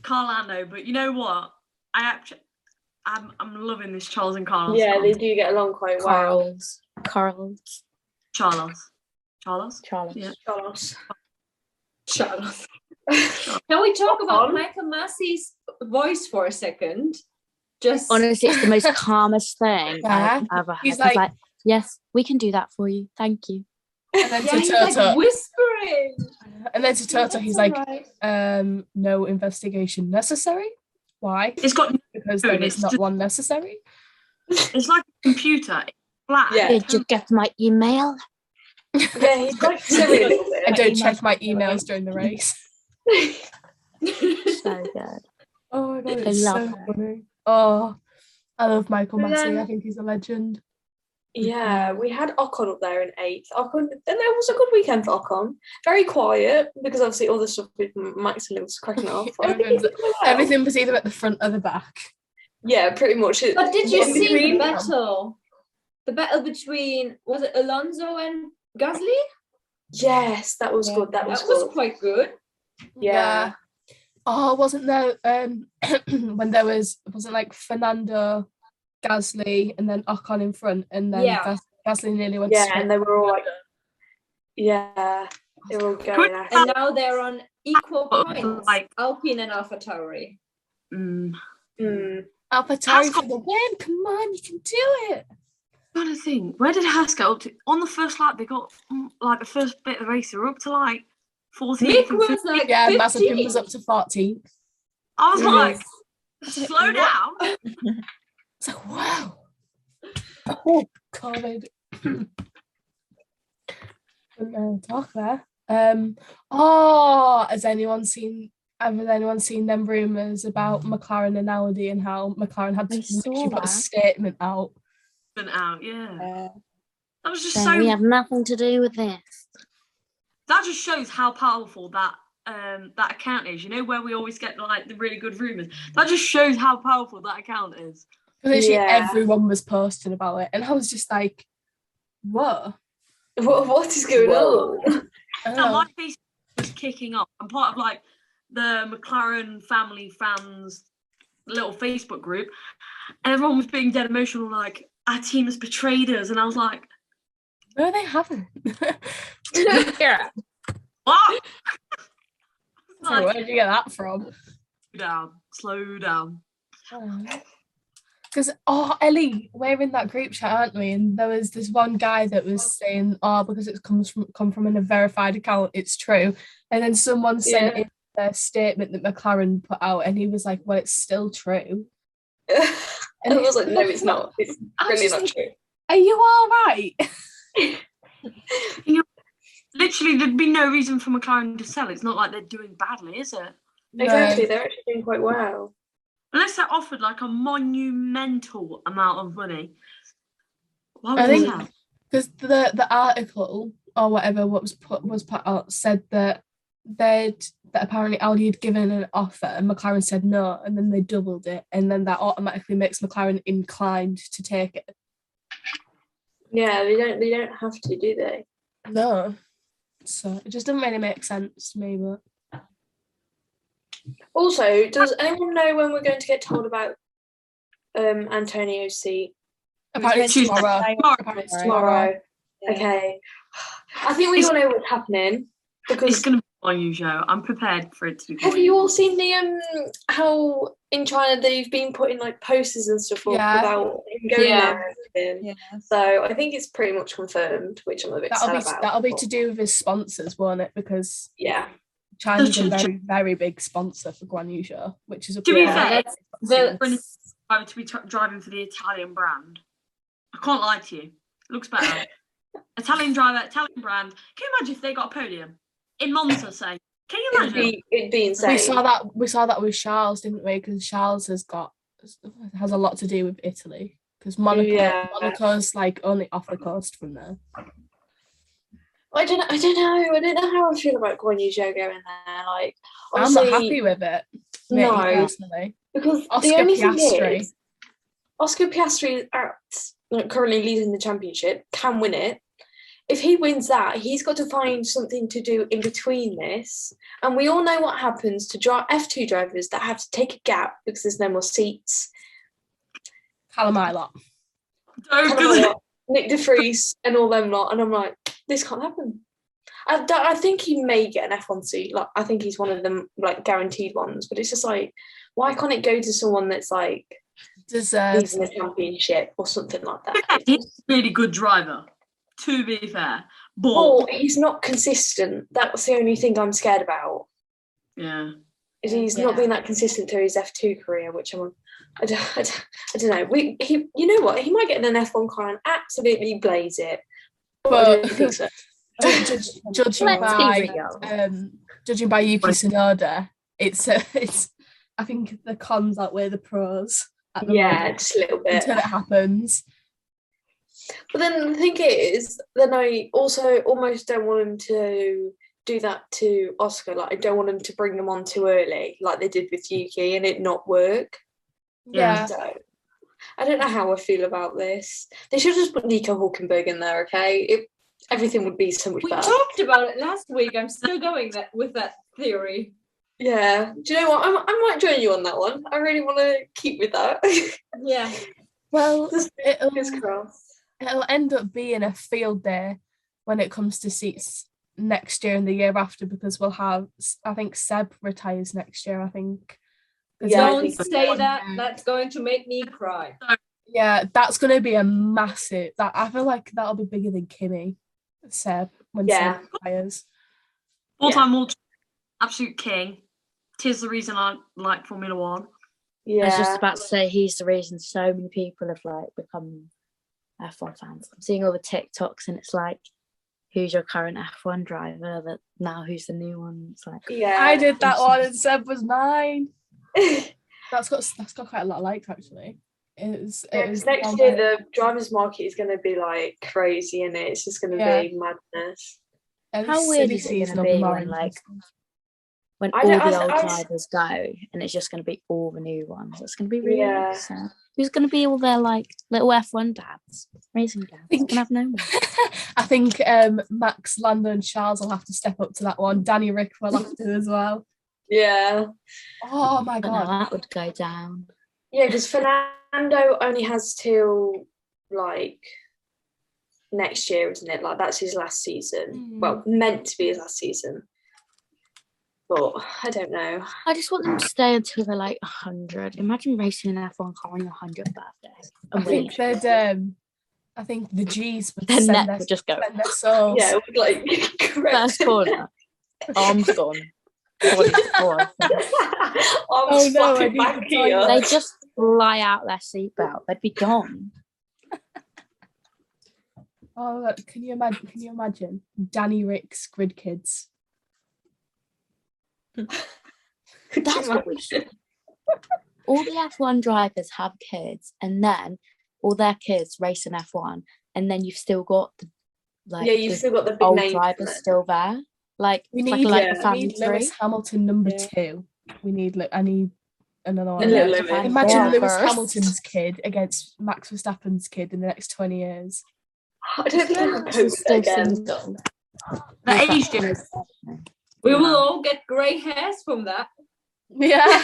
A: Carlano, but you know what? I actually, I'm, I'm loving this Charles and Carlos.
B: Yeah, they
A: content.
B: do get along quite well.
E: Carl's, Carl's,
A: Charles. Charles?
E: Charles.
A: Yeah.
B: Carlos.
D: Charles. [laughs] Can we talk
B: on.
D: about Michael Massey's voice for a second? Just
E: Honestly, it's the
B: [laughs]
E: most calmest thing
C: Yeah.
E: I've ever heard.
C: He's
E: He's
C: like-
E: like, yes, we can do that for you. Thank you.
C: And then
D: yeah,
C: to
D: he's
C: Toto,
D: like whispering.
C: and then to Toto, he's like, um, no investigation necessary. Why?
A: It's got,
C: Because there
A: Dude,
C: is
A: it's
C: not
A: just-
C: one necessary.
A: it's like a computer. It's black.
B: Yeah. [laughs]
E: Did you get my email?
B: Yeah, he's quite silly a little
C: I
B: bit.
C: don't check my emails during the race. [laughs]
E: So good.
C: Oh my god,
E: I
C: it's
E: love
C: so
E: her.
C: funny. Oh, I love Michael
D: But
C: Massey. I
D: then-
C: think he's a legend.
B: Yeah, we had Ocon up there in eighth. Ocon, and that was a good weekend for Ocon. Very quiet because obviously all the stuff with Max and him was cracking
C: [laughs]
B: off. I think he's
C: Everyone's-
B: doing well.
C: Everything was either at the front or the back.
B: Yeah, pretty much. It,
D: But did you
B: in
D: see the
B: between-
D: battle? The battle between was it Alonso and Gasly?
B: Yes, that was
F: Yeah,
B: good. That was
D: That was
B: good.
D: quite good.
B: Yeah.
C: Oh, wasn't there um [clears throat] when there was wasn't like Fernando, Gasly, and then Ocon in front, and then
D: Yeah.
C: Gas- Gasly nearly went. to
B: Yeah,
C: split.
B: and they were all like, yeah, they were all going at it.
D: And now they're on equal
A: Oh,
D: points,
A: like-
D: Alpine and AlphaTauri.
A: Mm.
B: Mm.
C: AlphaTauri for
A: Ascot-
C: the win! Come on, you can do it.
A: Trying to think, where did Haas get up to? On the first lap, they got mm, like the first bit of the race, they were up to like 14.
D: Mick was like
C: Yeah,
D: 15.
C: Mazepin was up to 14.
A: I was
C: Yes.
A: like, slow down.
C: It's like wow. Oh, COVID. Don't know how to talk there. Um. Oh, has anyone seen? Has anyone seen them rumors about McLaren and Audi and how McLaren had to
E: I saw
C: literally put a
E: that.
C: statement out?
A: Been out, yeah.
F: Uh,
A: That was just
E: Then
A: so.
E: we have nothing to do with this.
A: That just shows how powerful that um that account is. You know where we always get like the really good rumors. That just shows how powerful that account is.
C: Literally
B: Yeah.
C: everyone was posting about it, and I was just like, "What?"
B: What, what is going
E: Whoa.
B: on?
C: I don't
A: Now,
C: know.
A: my Facebook was kicking off. I'm part of like the McLaren family fans little Facebook group, and everyone was being dead emotional, like our team has betrayed us, and I was like,
C: No, they haven't.
E: yeah.
A: what? [laughs]
C: So where
A: like,
C: did you get that from?
A: slow down, slow down.
C: Because oh Ellie, we're in that group chat, aren't we? And there was this one guy that was saying, "Oh, because it comes from come from an- a verified account, it's true." And then someone sent
B: Yeah.
C: in their statement that McLaren put out, and he was like, "Well, it's still true."
B: [laughs] and
C: And
B: I was like, no, it's not. It's
C: I was
B: really
C: just
B: not
C: like,
B: true.
C: "Are you all right?"
A: Literally, there'd be no reason for McLaren to sell. It's not like they're doing badly, is it?
B: Exactly, they're actually doing quite well.
A: Unless they're offered like a monumental amount of money. Why would
C: I
A: they
C: think-
A: sell?
C: because the the article or whatever what was put was put out said that they'd that apparently Audi had given an offer and McLaren said no, and then they doubled it, and then that automatically makes McLaren inclined to take it.
B: Yeah, they don't. They don't have to, do they?
C: No, so it just doesn't really make sense to me. But
B: Also, does anyone know when we're going to get told about um Antonio's seat
C: apparently it's
A: meant to be
C: tomorrow.
F: Tuesday.
C: Apparently it's
F: Tomorrow.
C: tomorrow.
B: tomorrow? Okay, I think we all know what's happening
A: It's
B: because
A: going to be on you, Joe. I'm prepared for it to be.
B: have you all seen the um how in China they've been putting like posters and stuff up
C: Yeah.
B: about him going
D: Yeah.
B: there and everything.
F: yeah.
B: So I think it's pretty much confirmed, which I'm a bit
C: That'll
B: sad
C: be
B: about.
C: that'll be
B: but
C: to do with his sponsors, won't it? Because
B: yeah,
C: China's a
A: Such a-
C: very very big sponsor for Guan Yu Zhou, which is a
A: To be
C: big
A: fair,
C: sponsor.
D: that's the-
A: Brilliant. I would to be t- driving for the Italian brand. I can't lie to you. It looks better.
B: [laughs]
A: Italian driver, Italian brand. Can you imagine if they got a podium in Monza? Say, can you
B: it'd
A: imagine?
B: be it'd be insane.
C: We saw that. We saw that with Charles, didn't we? Because Charles has got has a lot to do with Italy. Because Monaco,
B: Yeah.
C: Monaco's like only off the coast from there.
B: I don't. I don't know. I don't know how I feel about Guan Yu Zhou going there. Like,
C: I'm
B: obviously,
C: not happy with it. Me
B: No,
C: personally,
B: because
C: Oscar
B: the only
C: Piastri.
B: thing is, Oscar Piastri is at, like, currently leading the championship. Can win it. If he wins that, he's got to find something to do in between this. And we all know what happens to dri F2 drivers that have to take a gap because there's no more seats.
C: Callum Ilott.
A: Joe
B: Callum
A: doesn't.
B: Ilott, Nick De Vries and all them lot. And I'm like, this can't happen. I, don't- I think he may get an F1 seat. Like, I think he's one of them, like, guaranteed ones. But it's just like, why can't it go to someone that's like
C: deserves.
B: leading the championship or something like
A: Yeah,
B: that?
A: He's a really good driver. To be fair, but
B: Or he's not consistent. That's the only thing I'm scared about.
A: yeah,
B: Is he's not been that consistent through his F2 career, which I'm, I don't, I don't, I don't know. We, he, you know what? He might get in an F1 car and absolutely blaze it. But, I
C: But-
B: don't think so.
C: judge- judging
E: Let's be
C: by
E: real.
C: um, judging by Yuki Tsunoda, it's uh, [laughs] it's I think the cons outweigh the pros. At the
B: Yeah,
C: moment,
B: just a little bit.
C: until it happens.
B: But then the thing is, then I also almost don't want him to do that to Oscar. Like I don't want him to bring them on too early, like they did with Yuki, and it not work.
A: Yeah.
C: Yeah,
B: So I don't know how I feel about this. They should just put Nico Hulkenberg in there, okay? It, everything would be so much
D: We
B: better.
D: talked about it last week. I'm still going that with that theory.
B: yeah. Do you know what? I'm, I might join you on that one. I really want to keep with that. [laughs]
D: Yeah.
C: well,
B: Just
C: it'll,
B: fingers crossed.
C: it'll end up being a field day when it comes to seats next year and the year after because we'll have I think Seb retires next year. I think. 'Cause
B: Yeah, I
D: Don't
B: think so.
D: say that. That's going to make me cry.
C: Yeah, that's gonna be a massive. That I feel like that'll be bigger than Kimmy, Seb when
B: Yeah.
C: Seb retires.
A: Full time all absolute king. Tis the reason I like Formula One.
B: Yeah.
E: I was just about to say he's the reason so many people have like become F1 fans. I'm seeing all the TikToks and it's like, who's your current F1 driver? That now who's the new one? It's like
B: yeah.
C: I
B: [laughs]
C: did that one and Seb was mine. That's got that's got quite a lot of likes actually. It was it
B: Yeah,
C: was
B: 'cause next
C: one
B: year
C: that-
B: the drivers' market is going to be like crazy, and it? it's just going to
C: Yeah.
B: be madness.
C: and
E: how weird
C: silly
E: is it
C: season
E: gonna
C: will
E: be when,
C: mine.
E: like, when
B: I
E: all
B: don't-
E: the
B: I-
E: old
B: I-
E: drivers go, and it's just going to be all the new ones. It's going to be really
B: Yeah.
E: sad. Who's going to be all their like little F1 dads, racing dads? We're
C: Think-
E: going to have no one.
C: [laughs] I think um, Max, Lando, and Charles will have to step up to that one. Danny Rick will have to as well.
B: Yeah,
C: Oh my
E: But no,
C: god!
E: that would go down.
B: yeah, because Fernando only has till like next year, isn't it? Like that's his last season.
E: Mm.
B: Well, meant to be his last season. But I don't know.
E: I just want them to stay until they're like 100. Imagine racing an F1 car on your 100th birthday.
C: I
E: And winning.
C: think [laughs] they'd um, I think the G's would
E: Their
C: send
E: neck
C: their,
E: would just go.
C: send their souls.
B: Yeah, it would, like [laughs] correct.
E: First corner, arms gone. Body gone.
B: I
C: Oh,
B: was
C: no, I
B: flapping
C: need
B: back
C: to tell you.
E: [laughs]
B: here.
E: They just fly out their seatbelt. They'd be gone.
C: Oh, look, can you imagine? Can you imagine Danny Rick's Grid Kids?
E: That's what we should. All the F1 drivers have kids, and then all their kids race in F1, and then you've still got the like
B: yeah, you've
E: the
B: still got the big
E: old
B: name. from
E: drivers
B: it.
E: still there. Like
C: We
E: it's like,
C: need-
E: like
B: yeah,
E: the
C: I
E: family
C: need Lewis
E: tree.
C: Hamilton number
F: Yeah.
C: two. We need. Lu- I need another one.
B: And
E: Yeah,
B: Little
E: the
B: Lewis.
E: family
C: Imagine
E: tree
C: Lewis
E: first.
C: Hamilton's kid against Max Verstappen's kid in the next twenty years.
B: I don't think I could cope
E: She's
B: with it
E: still
B: again.
E: single.
A: The
E: Yeah.
A: age difference.
D: We
E: Yeah.
D: will all get grey hairs from that.
C: Yeah, [laughs]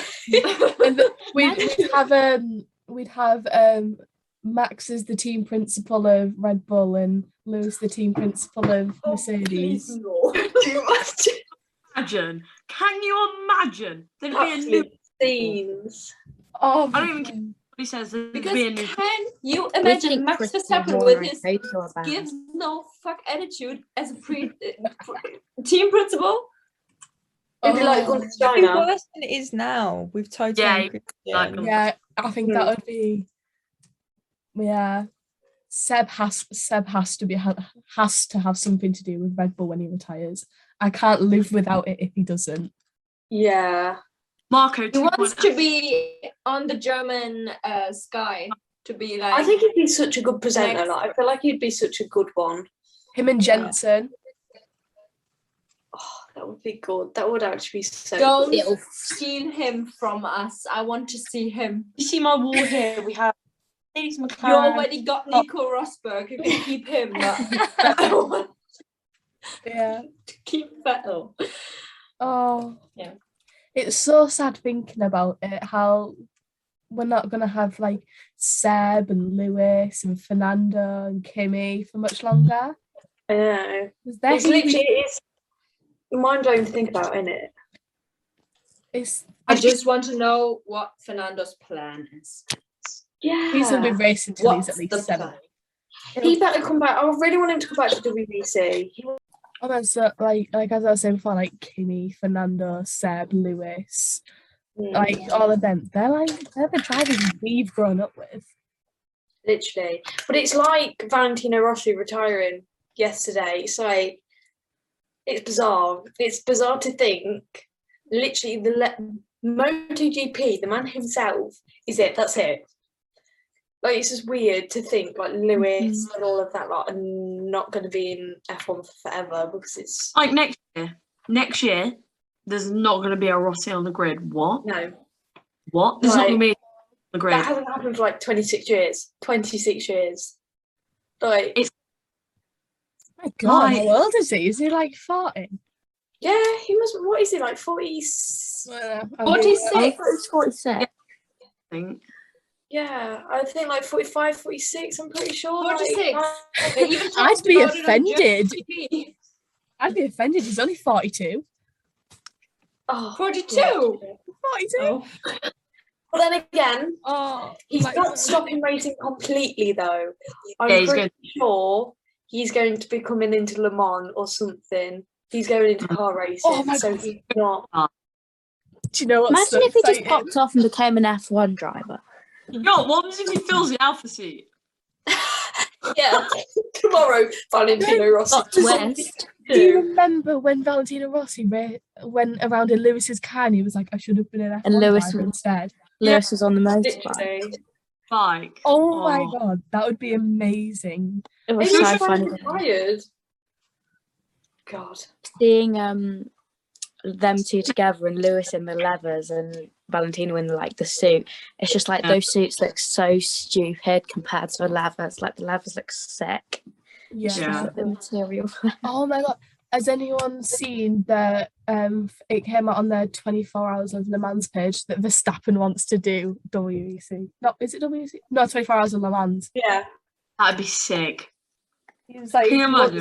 C: and the- we'd, we'd have um, we'd have um, Max as the team principal of Red Bull and Lewis the team principal of
D: Oh, please,
C: Mercedes.
D: no.
B: [laughs]
E: [laughs]
A: Imagine. Can you imagine? There'd be a new.
B: Absolute scenes.
C: Oh,
A: I don't
C: my
A: even- He says there'd
D: Because
A: be a new.
D: can you
E: We
D: imagine
E: think
D: Max
E: Christian
D: Verstappen
E: Horner
D: with
E: and
D: his
E: Toto are banned.
D: gives no fuck attitude as a pre- team principal?
B: It'd be like
C: Oh.
B: going to
F: It'd be
B: China.
F: worse than it is now with Toto
A: Yeah,
F: and
A: like,
F: Christian.
A: um,
C: Yeah, I think
B: Hmm.
C: that would be. Yeah, Seb has Seb has to be ha- has to have something to do with Red Bull when he retires. I can't live without it if he doesn't.
B: Yeah.
A: Marco oh.
D: He wants
A: 2.0.
D: to be on the German uh, sky to be like.
B: I think he'd be such a good presenter.
D: Next.
B: Like, I feel like he'd be such a good one.
C: Him and
F: Yeah.
C: Jensen.
B: Oh, that would be good. That would actually be so
D: don't
B: good.
D: steal him from us. I want to see him.
G: You see my wall here. We have Mercedes
A: Uh,
G: McLaren.
D: You already got Nico Rosberg. You can keep him. but I want
C: Yeah.
D: to keep Vettel.
C: Oh.
D: Yeah.
C: It's so sad thinking about it. How we're not gonna have like Seb and Lewis and Fernando and Kimmy for much longer.
B: [laughs] I know.
C: 'Cause they're
B: It's
C: who we-
B: literally it's mind blowing to think about, isn't it?
C: it's-
D: I just want to know what Fernando's plan is.
B: Yeah.
C: he's gonna be racing till he's
D: What's
C: at
D: the
C: least seven.
D: plan?
B: he better come back. I really want him to come back to WBC. He
C: Oh, that's uh, like like as I was saying before, like Kimmy, Fernando, Seb, Lewis,
B: Oh,
C: like all of them. They're like they're the drivers we've grown up with.
B: literally. But it's like Valentino Rossi retiring yesterday. It's like it's bizarre. It's bizarre to think, literally, the le- MotoGP, the man himself, is it. That's it. Like it's just weird to think like Lewis and all of that lot are not going to be in F1 forever because it's
A: Like next year, next year, there's not going to be a Rossi on the grid. What?
B: no
A: What? There's not
B: Like-
A: going to be on the grid.
B: that hasn't happened for like 26 years. 26 years. Like
A: It's-
C: My God,
A: Right.
C: how old is he? Is he like farting?
B: yeah, he must. What is it like? 46?
E: I
D: 46.
E: thought it was 46.
A: I think.
B: Yeah, I think like 45, 46. I'm pretty sure. like, uh,
D: 46.
B: I-
D: They even
C: I'd
D: talked
C: be
D: about it on
C: offended.
D: GP.
C: I'd be offended. He's only 42.
B: oh,
D: 42.
C: 42?
D: Oh.
B: But then again,
C: Oh,
B: he's
C: like-
B: not stopping racing completely though. I'm
A: Yeah, he's
B: pretty sure he's going to be coming into Le Mans or something. He's going
A: Mm.
B: into car racing,
C: Oh my
B: so
C: God.
B: he's not. [laughs]
C: Do you know what's
E: Imagine
C: so
E: if he just
C: exciting?
E: popped off and became an F1 driver.
A: Yo, what happens if he fills the alpha seat?
B: Yeah, tomorrow Valentino Rossi.
E: Got
B: [laughs]
E: twist.
C: Do you remember when Valentino Rossi ra- went around in Lewis's car and he was like, I should have been an F1
E: And Lewis
C: driver
E: was-
C: instead?
E: Lewis was on the motorbike.
B: Literally.
A: Like,
C: Oh, my
A: Oh.
C: God, that would be amazing.
E: It was
B: Maybe
E: so
B: he's
E: funny.
B: tired. God.
E: Seeing um them two together and Lewis in the leathers and Valentino in like the suit. It's just like
A: Yeah.
E: those suits look so stupid compared to the leathers. Like the leathers look sick. It's just
A: Yeah.
E: like the material.
C: Oh my god. Has anyone seen that um f- it came out on their 24 hours of Le Mans page that Verstappen wants to do WEC? No, is it WEC? No, 24 hours of Le Mans.
B: Yeah.
A: that'd be sick.
C: He was like
A: Can you imagine?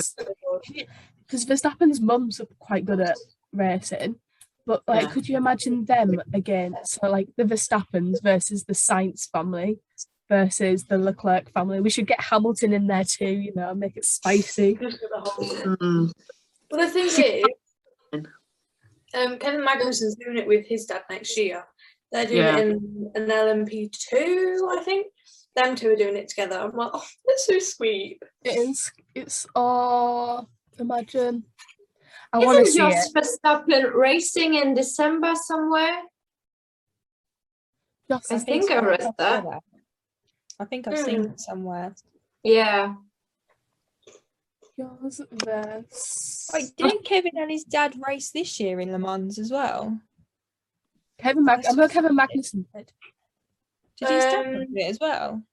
C: because Verstappen's mums are quite good at racing. But like
A: Yeah.
C: could you imagine them again? So like the Verstappens versus the Science family versus the Leclerc family. We should get Hamilton in there too, you know, and make it spicy.
A: Mm.
B: Well, the thing is,
C: [laughs]
B: um, Kevin Magnussen's doing it with his dad next year. They're doing
A: Yeah.
B: it in an LMP2, I think. Them two are doing it together. I'm like, oh, that's so sweet.
C: It is. It's oh, imagine. I want to
D: Isn't
C: see it.
D: Jos Verstappen racing in December somewhere?
C: Joss,
D: I think
F: so.
D: I read
F: saw
D: that.
F: I think I've
A: mm.
F: seen
B: Hmm.
F: it somewhere.
D: Yeah.
C: Joss verse.
F: Wait, didn't Kevin and his dad race this year in Le Mans as well?
C: Kevin Mag. I know Kevin Magnussen did.
F: Did his dad
B: Um,
F: do it as well?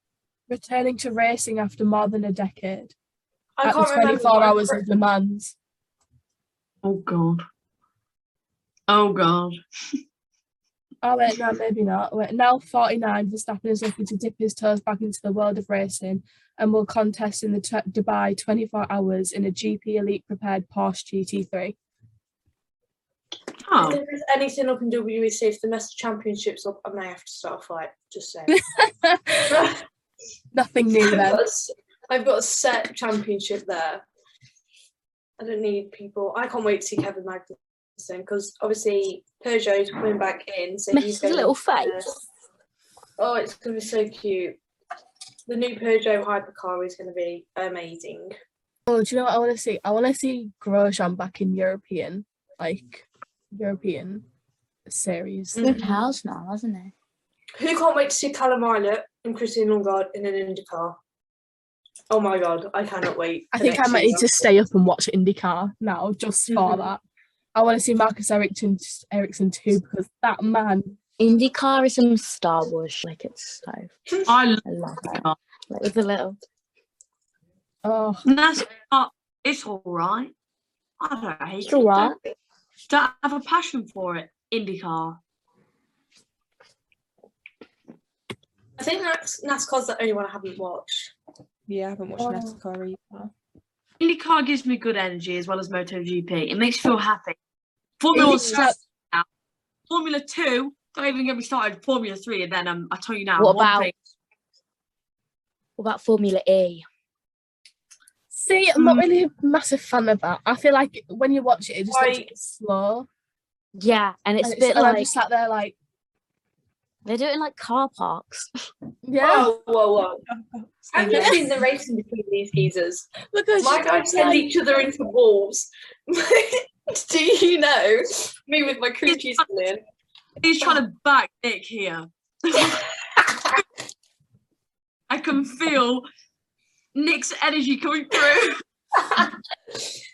C: Returning to racing after more than a decade.
B: I
C: at the
B: can't remember. but
C: 24
B: I'm
C: hours
B: pre-
C: of Le Mans.
A: Oh god. Oh god.
C: Oh wait, no, maybe not. Wait, now 49, Verstappen is looking to dip his toes back into the world of racing and will contest in the Tu- Dubai 24 hours in a GP Elite prepared Porsche GT3.
B: If
A: Oh,
B: there's anything up in WEC, if the Mester Championship's up, I may have to start a fight. Just saying.
C: [laughs] [laughs] Nothing new
B: I've
C: then.
B: got, a s- I've got a set championship there. I don't need people. I can't wait to see Kevin Magnussen because obviously Peugeot's coming back in, so he's
E: His
B: going.
E: little
B: to-
E: face.
B: oh, it's going to be so cute. The new Peugeot hypercar is going to be amazing.
C: Oh, do you know what I want to see? I want to see Grosjean back in European, like European series.
B: Mm.
E: Good house now, hasn't it?
B: Who can't wait to see Callum Milot and Christine Longard in an IndyCar? Oh my god, I cannot wait.
C: I
B: for
C: think I
B: next
C: might need to
B: season.
C: stay up and watch IndyCar now just for
B: Mhm.
C: that. I want to see Marcus Ericsson, Ericsson too because that man.
E: IndyCar is some Star Wars. Like it's so.
A: I love
E: I love it.
A: IndyCar.
E: Like with the little.
C: Oh,
A: NASCAR. uh, It's all right. I don't hate
E: It's all right.
A: it. Don't, don't have a passion for it. IndyCar.
B: I think that's NASCAR's the only one I haven't watched.
F: Yeah, I haven't watched
C: Oh.
F: NASCAR either.
A: IndyCar gives me good energy as well as MotoGP. It makes you feel happy. Formula
C: Really?
A: One stress out. Formula Two. Don't even get me started. Formula Three, and then um, I tell you now.
E: What
A: one
E: about-
A: thing-
E: What about Formula E?
C: see, I'm not
E: Hmm.
C: really a massive fan of that. I feel like when you watch it, it just looks
B: Right.
C: a bit slow.
E: Yeah, and it's
C: and
E: a bit
C: and I'm
E: like
C: just sat there like,
E: They do it in like car parks. [laughs]
C: Yeah.
E: Oh,
B: Whoa, whoa, whoa. [laughs] I've
E: Yeah.
B: just seen
D: [laughs]
B: the racing between these geezers.
C: Look how
B: My
C: she-
B: guys send each other into walls. [laughs] Do you know me with my coochies in?
A: He's trying to back Nick here.
E: [laughs]
A: [laughs] I can feel Nick's energy coming through.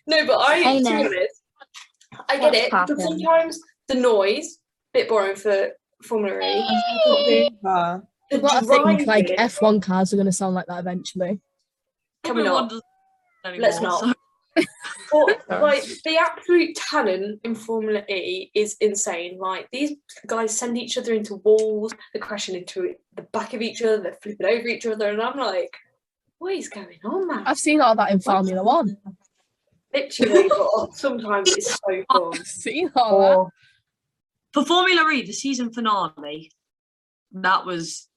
B: No, but I,
E: Hey,
B: to be
E: Ned.
B: honest, I get
E: What's
B: it. But
E: poppin'?
B: sometimes the noise, bit boring for Formula E. but the- The
C: Well, I think like
B: driving-
C: F1 cars are going to sound like that eventually.
B: Can we
A: Formula One
B: not?
A: doesn't anymore,
B: Let's not.
A: so-
B: Well,
C: Sorry.
B: like the absolute talent in Formula E is insane. Like these guys send each other into walls, they're crashing into e, the back of each other, they're flipping over each other, and I'm like, what is going on, man?
C: I've seen all that in Formula One. [laughs]
B: Literally, but sometimes it's so fun.
C: I've seen all
E: Oh,
C: that.
A: Or for Formula E, the season finale, that was.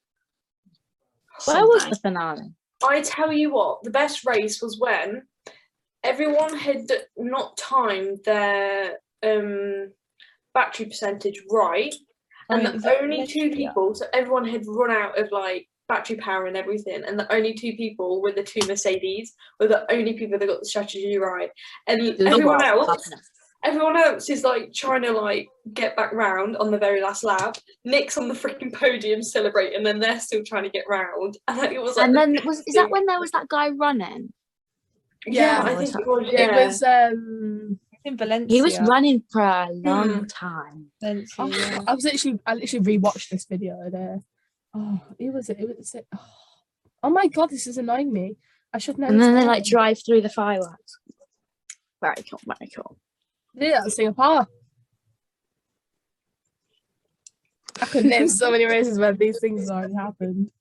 E: Where was
A: something.
E: the finale?
B: I tell you what, the best race was when everyone had not timed their um, battery percentage right, and
F: Right, is
B: the
F: that
B: only
F: next
B: two
F: year?
B: people, so everyone had run out of like battery power and everything, and the only two people were the two Mercedes, were the only people that got the strategy right, and everyone else, everyone else is like trying to like get back round on the very last lap. Nick's on the freaking podium celebrating, and they're still trying to get round, [laughs] and like, it was like
E: And
B: the
E: then was is that
B: thing.
E: when there was that guy running? Yeah,
B: Yeah, I
E: or
B: think it
E: something.
B: was. Yeah.
C: It was um
F: in Valencia.
E: He was running for a long time.
F: Valencia,
C: oh,
F: yeah.
C: I was literally I literally rewatched this video there. Oh, it was it was it. Oh, oh my god, this is annoying me. I should know.
E: And then they
C: this
E: like
C: now.
E: drive through the fireworks. Very cool, very cool.
C: Yeah, that's Singapore. I could name so many races where these things already happened.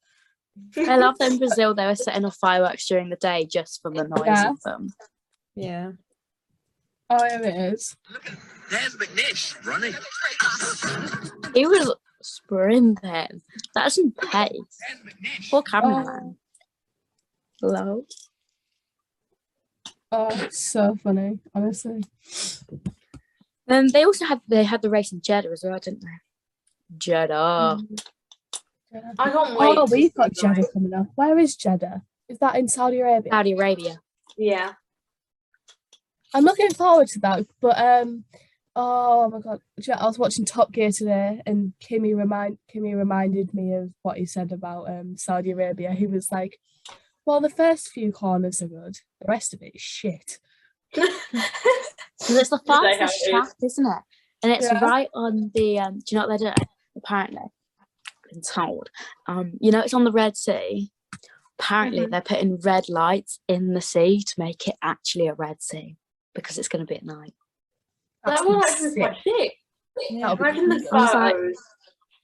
E: I love that in Brazil they were setting off fireworks during the day just for the noise
C: Yeah.
E: of them.
F: yeah.
C: Oh, yeah, it is.
H: There's McNish running.
E: He was sprinting. That's some pace.
H: There's McNish.
E: Poor cameraman. Hello.
C: Oh, it's so funny, honestly.
E: And they also had they had the race in Jeddah as well, didn't they? Jeddah.
C: Yeah.
B: I can't wait.
C: Oh,
B: to
C: we've got
B: see, like-
C: Jeddah coming up. Where is Jeddah? Is that in Saudi Arabia?
E: Saudi Arabia.
B: [laughs] [laughs] Yeah.
C: I'm looking forward to that, but um, oh my god, Do you know, I was watching Top Gear today, and Kimmy remind Kimmy reminded me of what he said about um Saudi Arabia. He was like, "Well, the first few corners are good, the rest of it is shit."
E: Because it's the
B: They have
E: fastest
B: it.
E: track, isn't it? And it's
C: Yeah.
E: right on the um, do you know what they're doing? Apparently. I've been told. Um, you know it's on the Red Sea. Apparently
C: Mm-hmm.
E: they're putting red lights in the sea to make it actually a red sea because it's gonna be at night.
B: that
C: That's
B: one actually was
C: sick.
B: quite sick.
C: That'll be
B: Imagine the
E: I was like-
B: photos.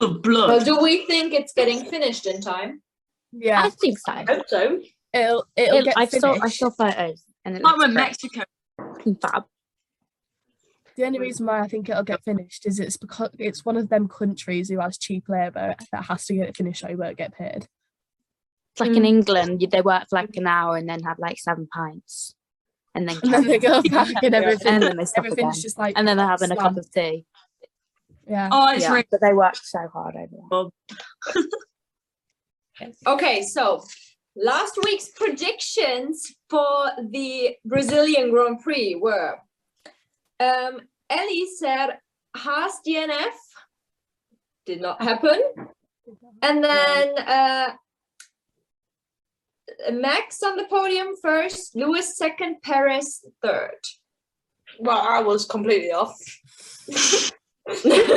A: The
D: Well,
A: blood.
D: do we think it's getting finished in time?
C: Yeah,
E: I think so.
B: I hope so.
C: it'll it'll
E: It,
C: get
E: I saw I
C: finished.
E: saw
C: Um,
E: photos and it
A: I
E: looks
A: went
E: great.
A: Mexico.
E: fucking fab.
C: The only reason why I think it'll get finished is it's because it's one of them countries who has cheap labour that has to get it finished or you won't get paid. [laughs]
E: It's like
C: mm.
E: in England, you- they work for like an hour and then have like seven pints, and then
C: [laughs] And then they
B: [laughs]
C: go back and everything,
E: and then they stop again,
C: everything's just like
E: and then they're having a cup
C: slammed.
E: of tea.
C: yeah.
A: Oh, it's
E: Yeah,
A: really
E: but they work so hard over there.
D: Okay, so last week's predictions for the Brazilian Grand Prix were um, Ellie said Haas DNF did not happen, and then uh, Max on the podium first, Lewis second, Perez third.
B: Well, I was completely off.
D: [laughs]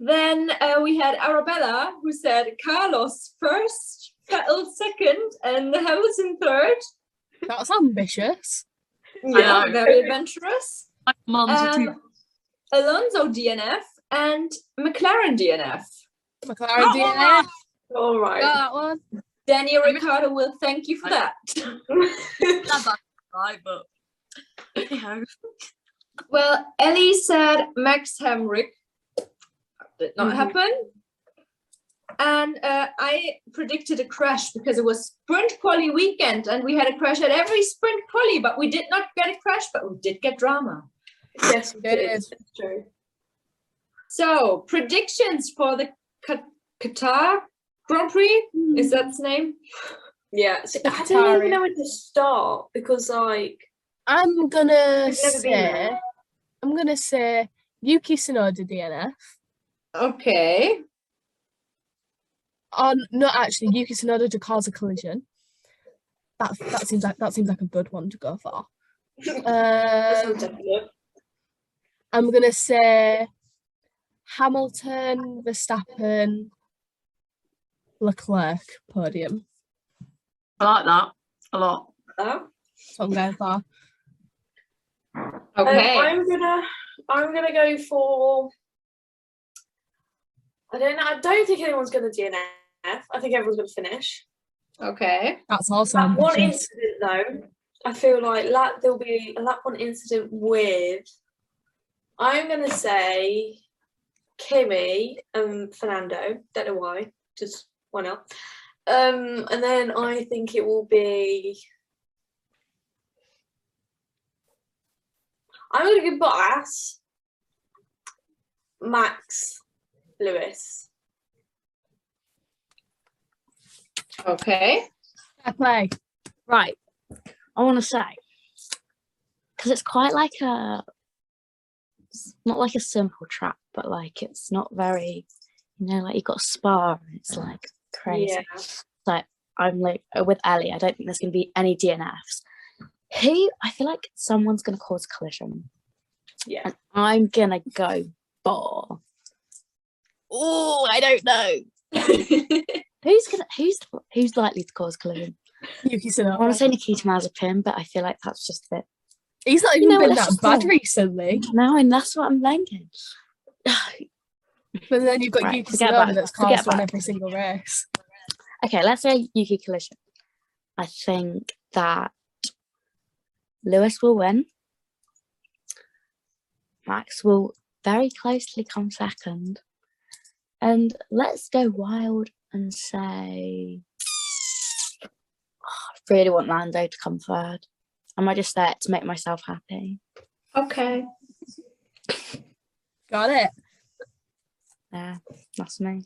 D: Then uh, we had Arabella who said Carlos first, Vettel second, and Hamilton third.
B: Oh,
C: That's ambitious.
D: Yeah,
A: know.
D: very adventurous.
A: like mums are too.
D: Um, Alonso DNF and McLaren DNF.
C: McLaren DNA.
B: All right.
C: That one.
D: Daniel Ricciardo will thank you for that.
A: Not that right, but you know,
D: Well, Ellie said Max Hamrick. Did not
C: Mhm.
D: happen. And uh, I predicted a crash because it was sprint quali weekend and we had a crash at every sprint quali, but we did not get a crash, but we did get drama.
B: yes, we
C: It
B: did.
C: is.
B: It's true.
D: So predictions for the Q- Qatar Grand Prix is that its name?
B: Yeah, so I don't
C: Atari.
B: even know where to start because like
C: I'm gonna
B: I've never been
C: say
B: there.
C: I'm gonna say Yuki Tsunoda DNF.
D: Okay.
C: Oh n- no, actually Yuki Tsunoda to cause a collision. That that seems like that seems like a good one to go for.
B: that's
C: Um,
B: undefinite.
C: I'm gonna say Hamilton, Verstappen, Leclerc podium.
A: I like that a lot.
D: Uh,
B: That.
C: That's what I'm going for.
B: Um,
D: Okay.
G: I'm gonna I'm gonna go for I don't know, I don't think anyone's gonna DNF. I think everyone's gonna finish.
D: okay.
C: That's also
B: That one
C: ambitious.
B: incident though, I feel like that there'll be that one incident with I'm gonna say Kimmy and Fernando, don't know why, just why not? Um and then I think it will be I'm gonna give Bottas, Max, Lewis.
D: Okay.
C: Fair play.
E: Right. I want to say because it's quite like a it's not like a simple trap, but like it's not very, you know, like you've got a spa and it's like crazy.
B: Yeah.
E: Like I'm like uh, with Ali, I don't think there's gonna be any DNFs. He, I feel like someone's gonna cause a collision.
B: Yeah.
E: And I'm gonna go bar. Oh, I don't know. Who's gonna who's who's likely to cause collision?
C: Yuki
E: I want
C: Tsunoda.
E: to say Nikita Mazepin, but I feel like that's just a bit
C: He's not
E: You
C: even
E: know what,
C: been
E: let's
C: that
E: just
C: bad
E: go.
C: recently.
E: No, and that's what I'm thinking.
C: But then you've got
E: Right,
C: Yuki
E: forget
C: Tsunoda
E: about-
C: that's
E: forget
C: caused one
E: about-
C: every single race.
E: okay, let's say Yuki collision. I think that Lewis will win. Max will very closely come second. And let's go wild and say [sighs] I really want Lando to come third. I might just say it to make myself happy.
D: Okay.
C: Got it.
E: Yeah, that's me.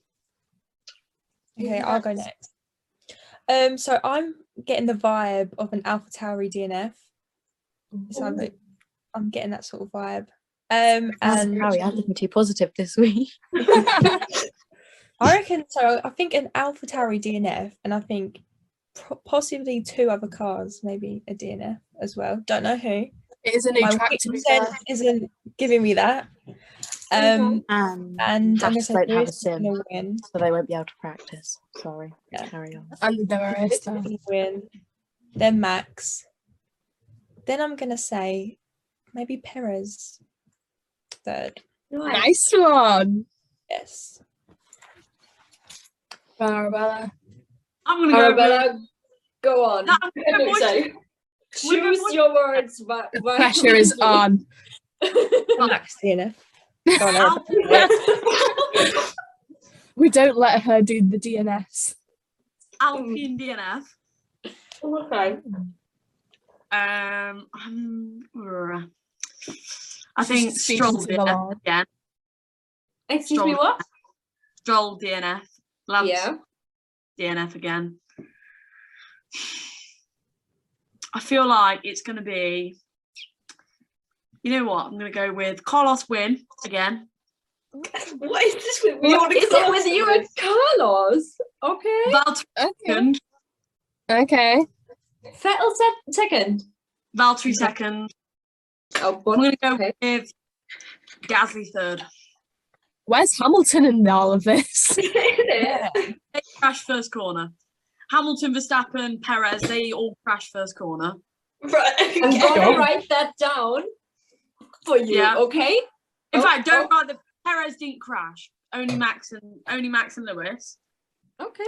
F: Okay, I'll go next. Um, so I'm getting the vibe of an Alpha Tauri DNF. So I'm, like, I'm getting that sort of vibe. Um,
E: And
F: and
E: Harry, I'm looking too positive this week.
F: I reckon so. I think an Alpha Tauri DNF, and I think pro- possibly two other cars, maybe a DNF as well. Don't know who.
C: It is a new
F: My
C: track to be
F: wit
C: fair.
F: sense isn't giving me that. Um,
E: [laughs] And
F: and I'm
E: Hash
F: gonna say
E: don't have a
F: Lewis is gonna
E: sim.
F: win.
E: so they won't be able to practice. Sorry,
F: Yeah.
E: carry on.
C: And there are
F: Lewis is gonna win. Then Max. Then I'm gonna say maybe Perez third.
C: Nice one.
F: Yes.
C: Arabella.
A: I'm gonna go. with-
D: Arabella, go on.
A: No, I'm gonna
D: Look,
A: watch
D: so,
A: it. We've been
D: choose
A: watching-
D: your words.
A: [laughs]
D: But,
C: Pressure [laughs] is on.
F: Max DNF. Go on, Arabella.
A: Alpha,
C: We don't let her do the DNS.
A: Alpine DNF.
B: Oh, okay.
A: Um, um, uh, I
C: Just
A: think
C: speaking
A: Stroll
C: to the
A: DNF
C: Lord.
A: again.
D: Excuse me,
A: Strong.
D: what?
A: Stroll DNF. Lance
D: Yeah.
A: DNF again. I feel like it's going to be. You know what? I'm going to go with Carlos win again.
B: What is this with me?
D: What is it with you and Carlos? Okay.
A: Valtteri
C: Okay.
A: second.
C: Okay.
D: Fettel se- second.
A: Valtteri second.
D: Oh,
A: I'm
D: what?
A: going to go
D: Okay.
A: with Gasly third.
C: Where's Hamilton in all of this? [laughs]
D: Yeah.
A: They crash first corner. Hamilton, Verstappen, Perez, they all crash first corner.
B: [laughs] Right.
D: I'm
C: Go.
D: gonna write that down for you.
A: Yeah.
D: Okay.
A: In
D: Oh,
A: fact,
D: oh.
A: don't write the Perez didn't crash. Only Max and only Max and Lewis.
D: Okay.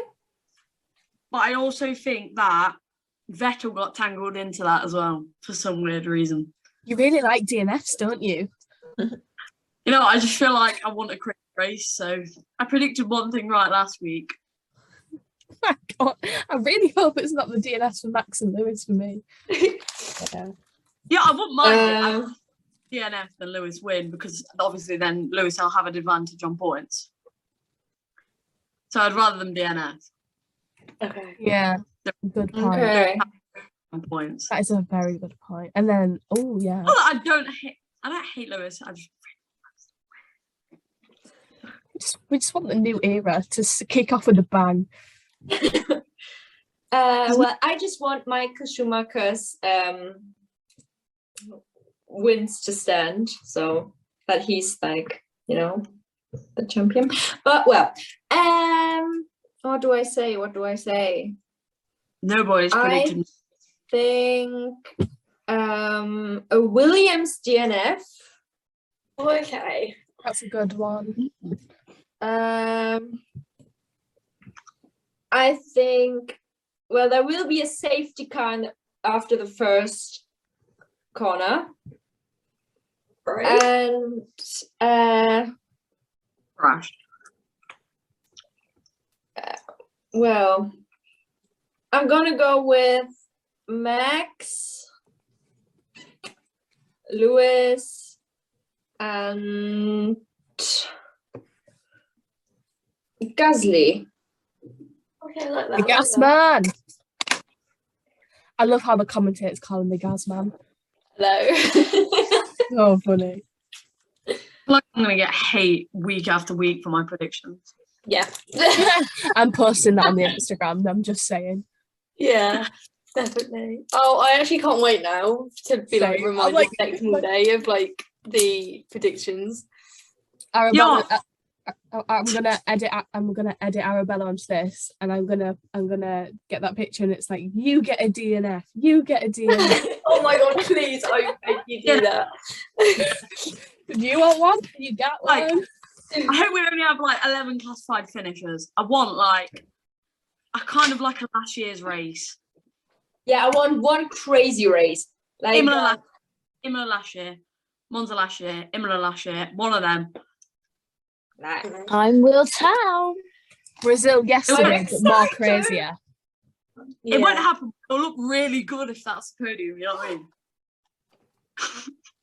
A: But I also think that Vettel got tangled into that as well for some weird reason.
C: You really like DNFs, don't you? [laughs]
A: You know, I just feel like I want a crazy race. So I predicted one thing right last week.
C: I, can't- I really hope it's not the DNS for Max and Lewis for me.
A: Yeah, I want mine. I-
D: Um,
A: DNF than Lewis win because obviously then Lewis will have an advantage on points. So I'd rather them DNF
B: Okay.
C: Yeah. Good point.
D: Okay.
A: on points.
C: That is a very good point. And then, oh yeah,
A: Not that I don't hate. I don't hate Lewis. I just
C: we just, we just want the new era to s- kick off with a bang.
D: Uh, well, I just want Michael Schumacher's um, wins to stand, so that he's like, you know, the champion. But well, um, what do I say? What do I say?
A: nobody's
D: I-
A: predicted.
D: Think um, a Williams DNF.
B: Okay.
C: That's a good one.
D: Um, I think, well, there will be a safety car in- after the first corner.
B: Right.
D: And uh,
A: crash.
D: well, I'm gonna go with Max, Lewis, and Gasly.
B: okay, I like that.
C: The gas man. I love how the commentators call him the gas man. [laughs]
B: [laughs]
D: Hello.
C: So funny.
A: Like I'm gonna get hate week after week for my predictions.
D: [laughs] yeah.
C: I'm posting that on the Instagram. I'm just saying.
B: Yeah, definitely. Oh, I actually can't wait now to be like
C: Same. I'm
B: reminded
C: like-
D: [laughs]
B: next Monday of like the
C: [laughs]
B: predictions.
C: Arabella, uh, I, I, am gonna edit. uh, I'm gonna edit Arabella onto this, and I'm gonna I'm gonna get that picture, and it's like you get a DNF, you get a
B: [laughs]
C: DNF.
B: oh my god, please, I hope you do that.
C: Do you want one? You get
A: Like-
C: one.
A: I hope we only have like eleven classified finishers. I want like I kind of like a last year's race.
D: Yeah, I want one crazy race. Like
A: Imola last, Imola last year, Monza last year, Imola last year. One of them.
D: Nah.
E: Time will tell.
C: Brazil yesterday, but more
D: excited.
C: crazier.
B: Yeah.
A: It won't happen. It'll look really good if that's the podium. You know what I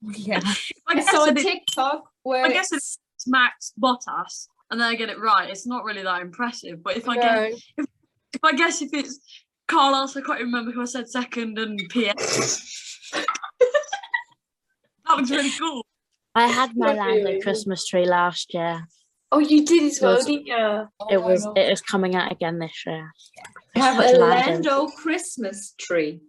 A: mean?
C: Yeah.
A: I
D: I saw
A: guess
D: a
A: if it-
D: TikTok where
A: I guess it's Max Bottas, and then I get it right. It's not really that impressive. But
D: uh,
A: if I guess
C: No.
A: if I guess if it's Carlos, I can't remember who I said second and PS. [laughs] that looks really cool.
E: I had my
B: Not
E: Lando
B: really.
E: Christmas tree last year.
B: Oh, you did as well, uh,
E: Yes.
B: didn't you?
C: Oh,
E: it was it is coming out again this year.
D: I have
E: Such
D: a
E: Lando.
D: Lando Christmas tree.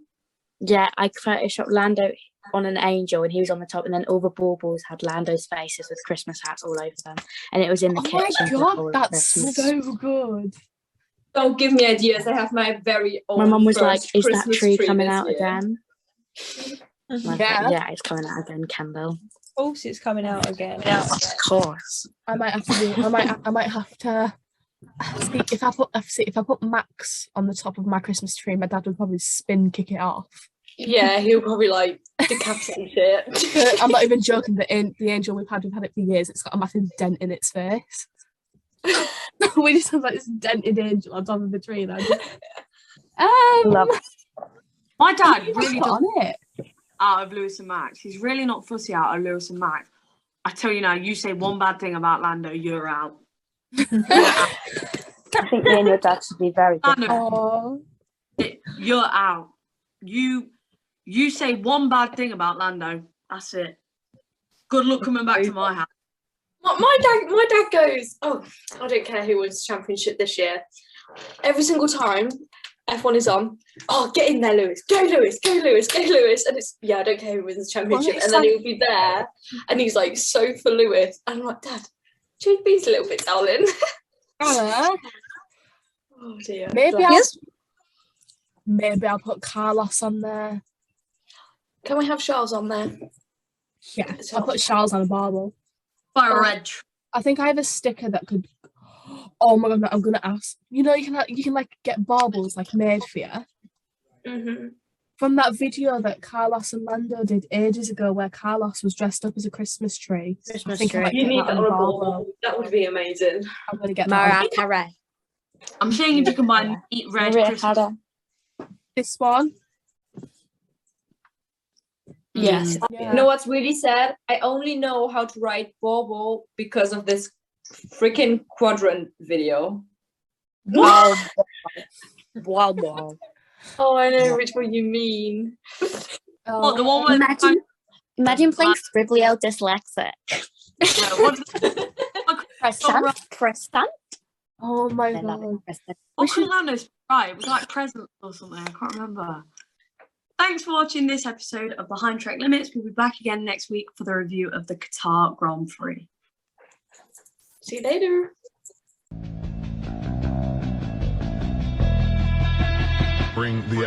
E: Yeah, I photoshopped Lando on an angel and he was on the top and then all the baubles had Lando's faces with Christmas hats all over them. And it was in the
C: Oh my
E: kitchen. for the whole
C: god,
E: of
C: that's
E: Christmas.
C: so good.
D: Don't give me ideas. I have my very own.
E: my mum was like,
D: first
E: Is that
D: Christmas
E: tree coming
D: this
E: out
D: year."
E: again? And I was like,
C: Yeah.
E: yeah, it's coming out again, Kendall.
F: Of course, it's coming out again.
E: Of course.
C: I might have to do. I might. I might have to. See, if I put if, see, if I put Max on the top of my Christmas tree, my dad would probably spin kick it off.
B: Yeah, he'll probably like decapitate shit.
C: Uh, I'm not even joking. The an- the angel we've had, we've had it for years. It's got a massive dent in its face. [laughs] we just have like this dented angel on top of the tree. And I just, [laughs] um,
E: Love
A: My [laughs] dad
C: what
A: really
C: put
A: does
C: on it.
A: out of Lewis and Max. He's really not fussy out of Lewis and Max. I tell you now, you say one bad thing about Lando, you're out.
E: I think me and your dad should be very good.
A: Lando,
F: Oh,
A: you're out. You you say one bad thing about Lando, that's it. Good luck coming back to my house.
B: my, my dad, my dad goes. Oh, I don't care who wins the championship this year. Every single time F1 is on, oh, get in there, Lewis. Go, Lewis. Go, Lewis. Go, Lewis. And it's yeah, I don't care who wins the championship.
C: it's
B: and then
C: like-
B: he'll be there, and he's like, so for Lewis. And I'm like, Dad, change these a little bit, darling. oh dear.
C: Maybe
B: Like,
C: I'll maybe I'll put Carlos on there.
B: Can we have Charles on there?
C: Yeah, I'll put Charles on a barbell.
A: By a
B: Oh.
A: red tree.
C: I think I have a sticker that could. [gasps] Oh my god! no, I'm gonna ask. You know, you can like, you can like get baubles like made for you
B: Mm-hmm.
C: from that video that Carlos and Lando did ages ago, where Carlos was dressed up as a Christmas tree. I
E: Christmas
C: think I might
E: tree.
B: You
C: get
B: need
C: that
B: that
C: on
B: on
C: a
B: a
C: barbell.
B: ball. That would be amazing.
C: I'm gonna get that. on-
E: Mariah Carey.
A: I'm saying if you combine
E: Maria
A: neat red
E: Maria
A: Christmas
E: Carey.
C: This one.
D: Yes.
C: Yeah.
D: You know what's really sad? I only know how to write Bobo because of this freaking quadrant video.
E: Wow. wow, wow.
B: Oh, I know which one you mean.
A: What
C: Oh,
A: the one with
E: Imagine, imagine playing Scriblio dyslexic.
A: Yeah, what-
E: Present,
A: right.
E: present.
C: Oh my
E: I love
C: god.
E: it.
A: What
E: Present. We should-
A: should Lanos right? It was like presents or something. I can't remember. Thanks for watching this episode of Behind Track Limits. We'll be back again next week for the review of the Qatar Grand Prix.
B: See you later.
I: Bring the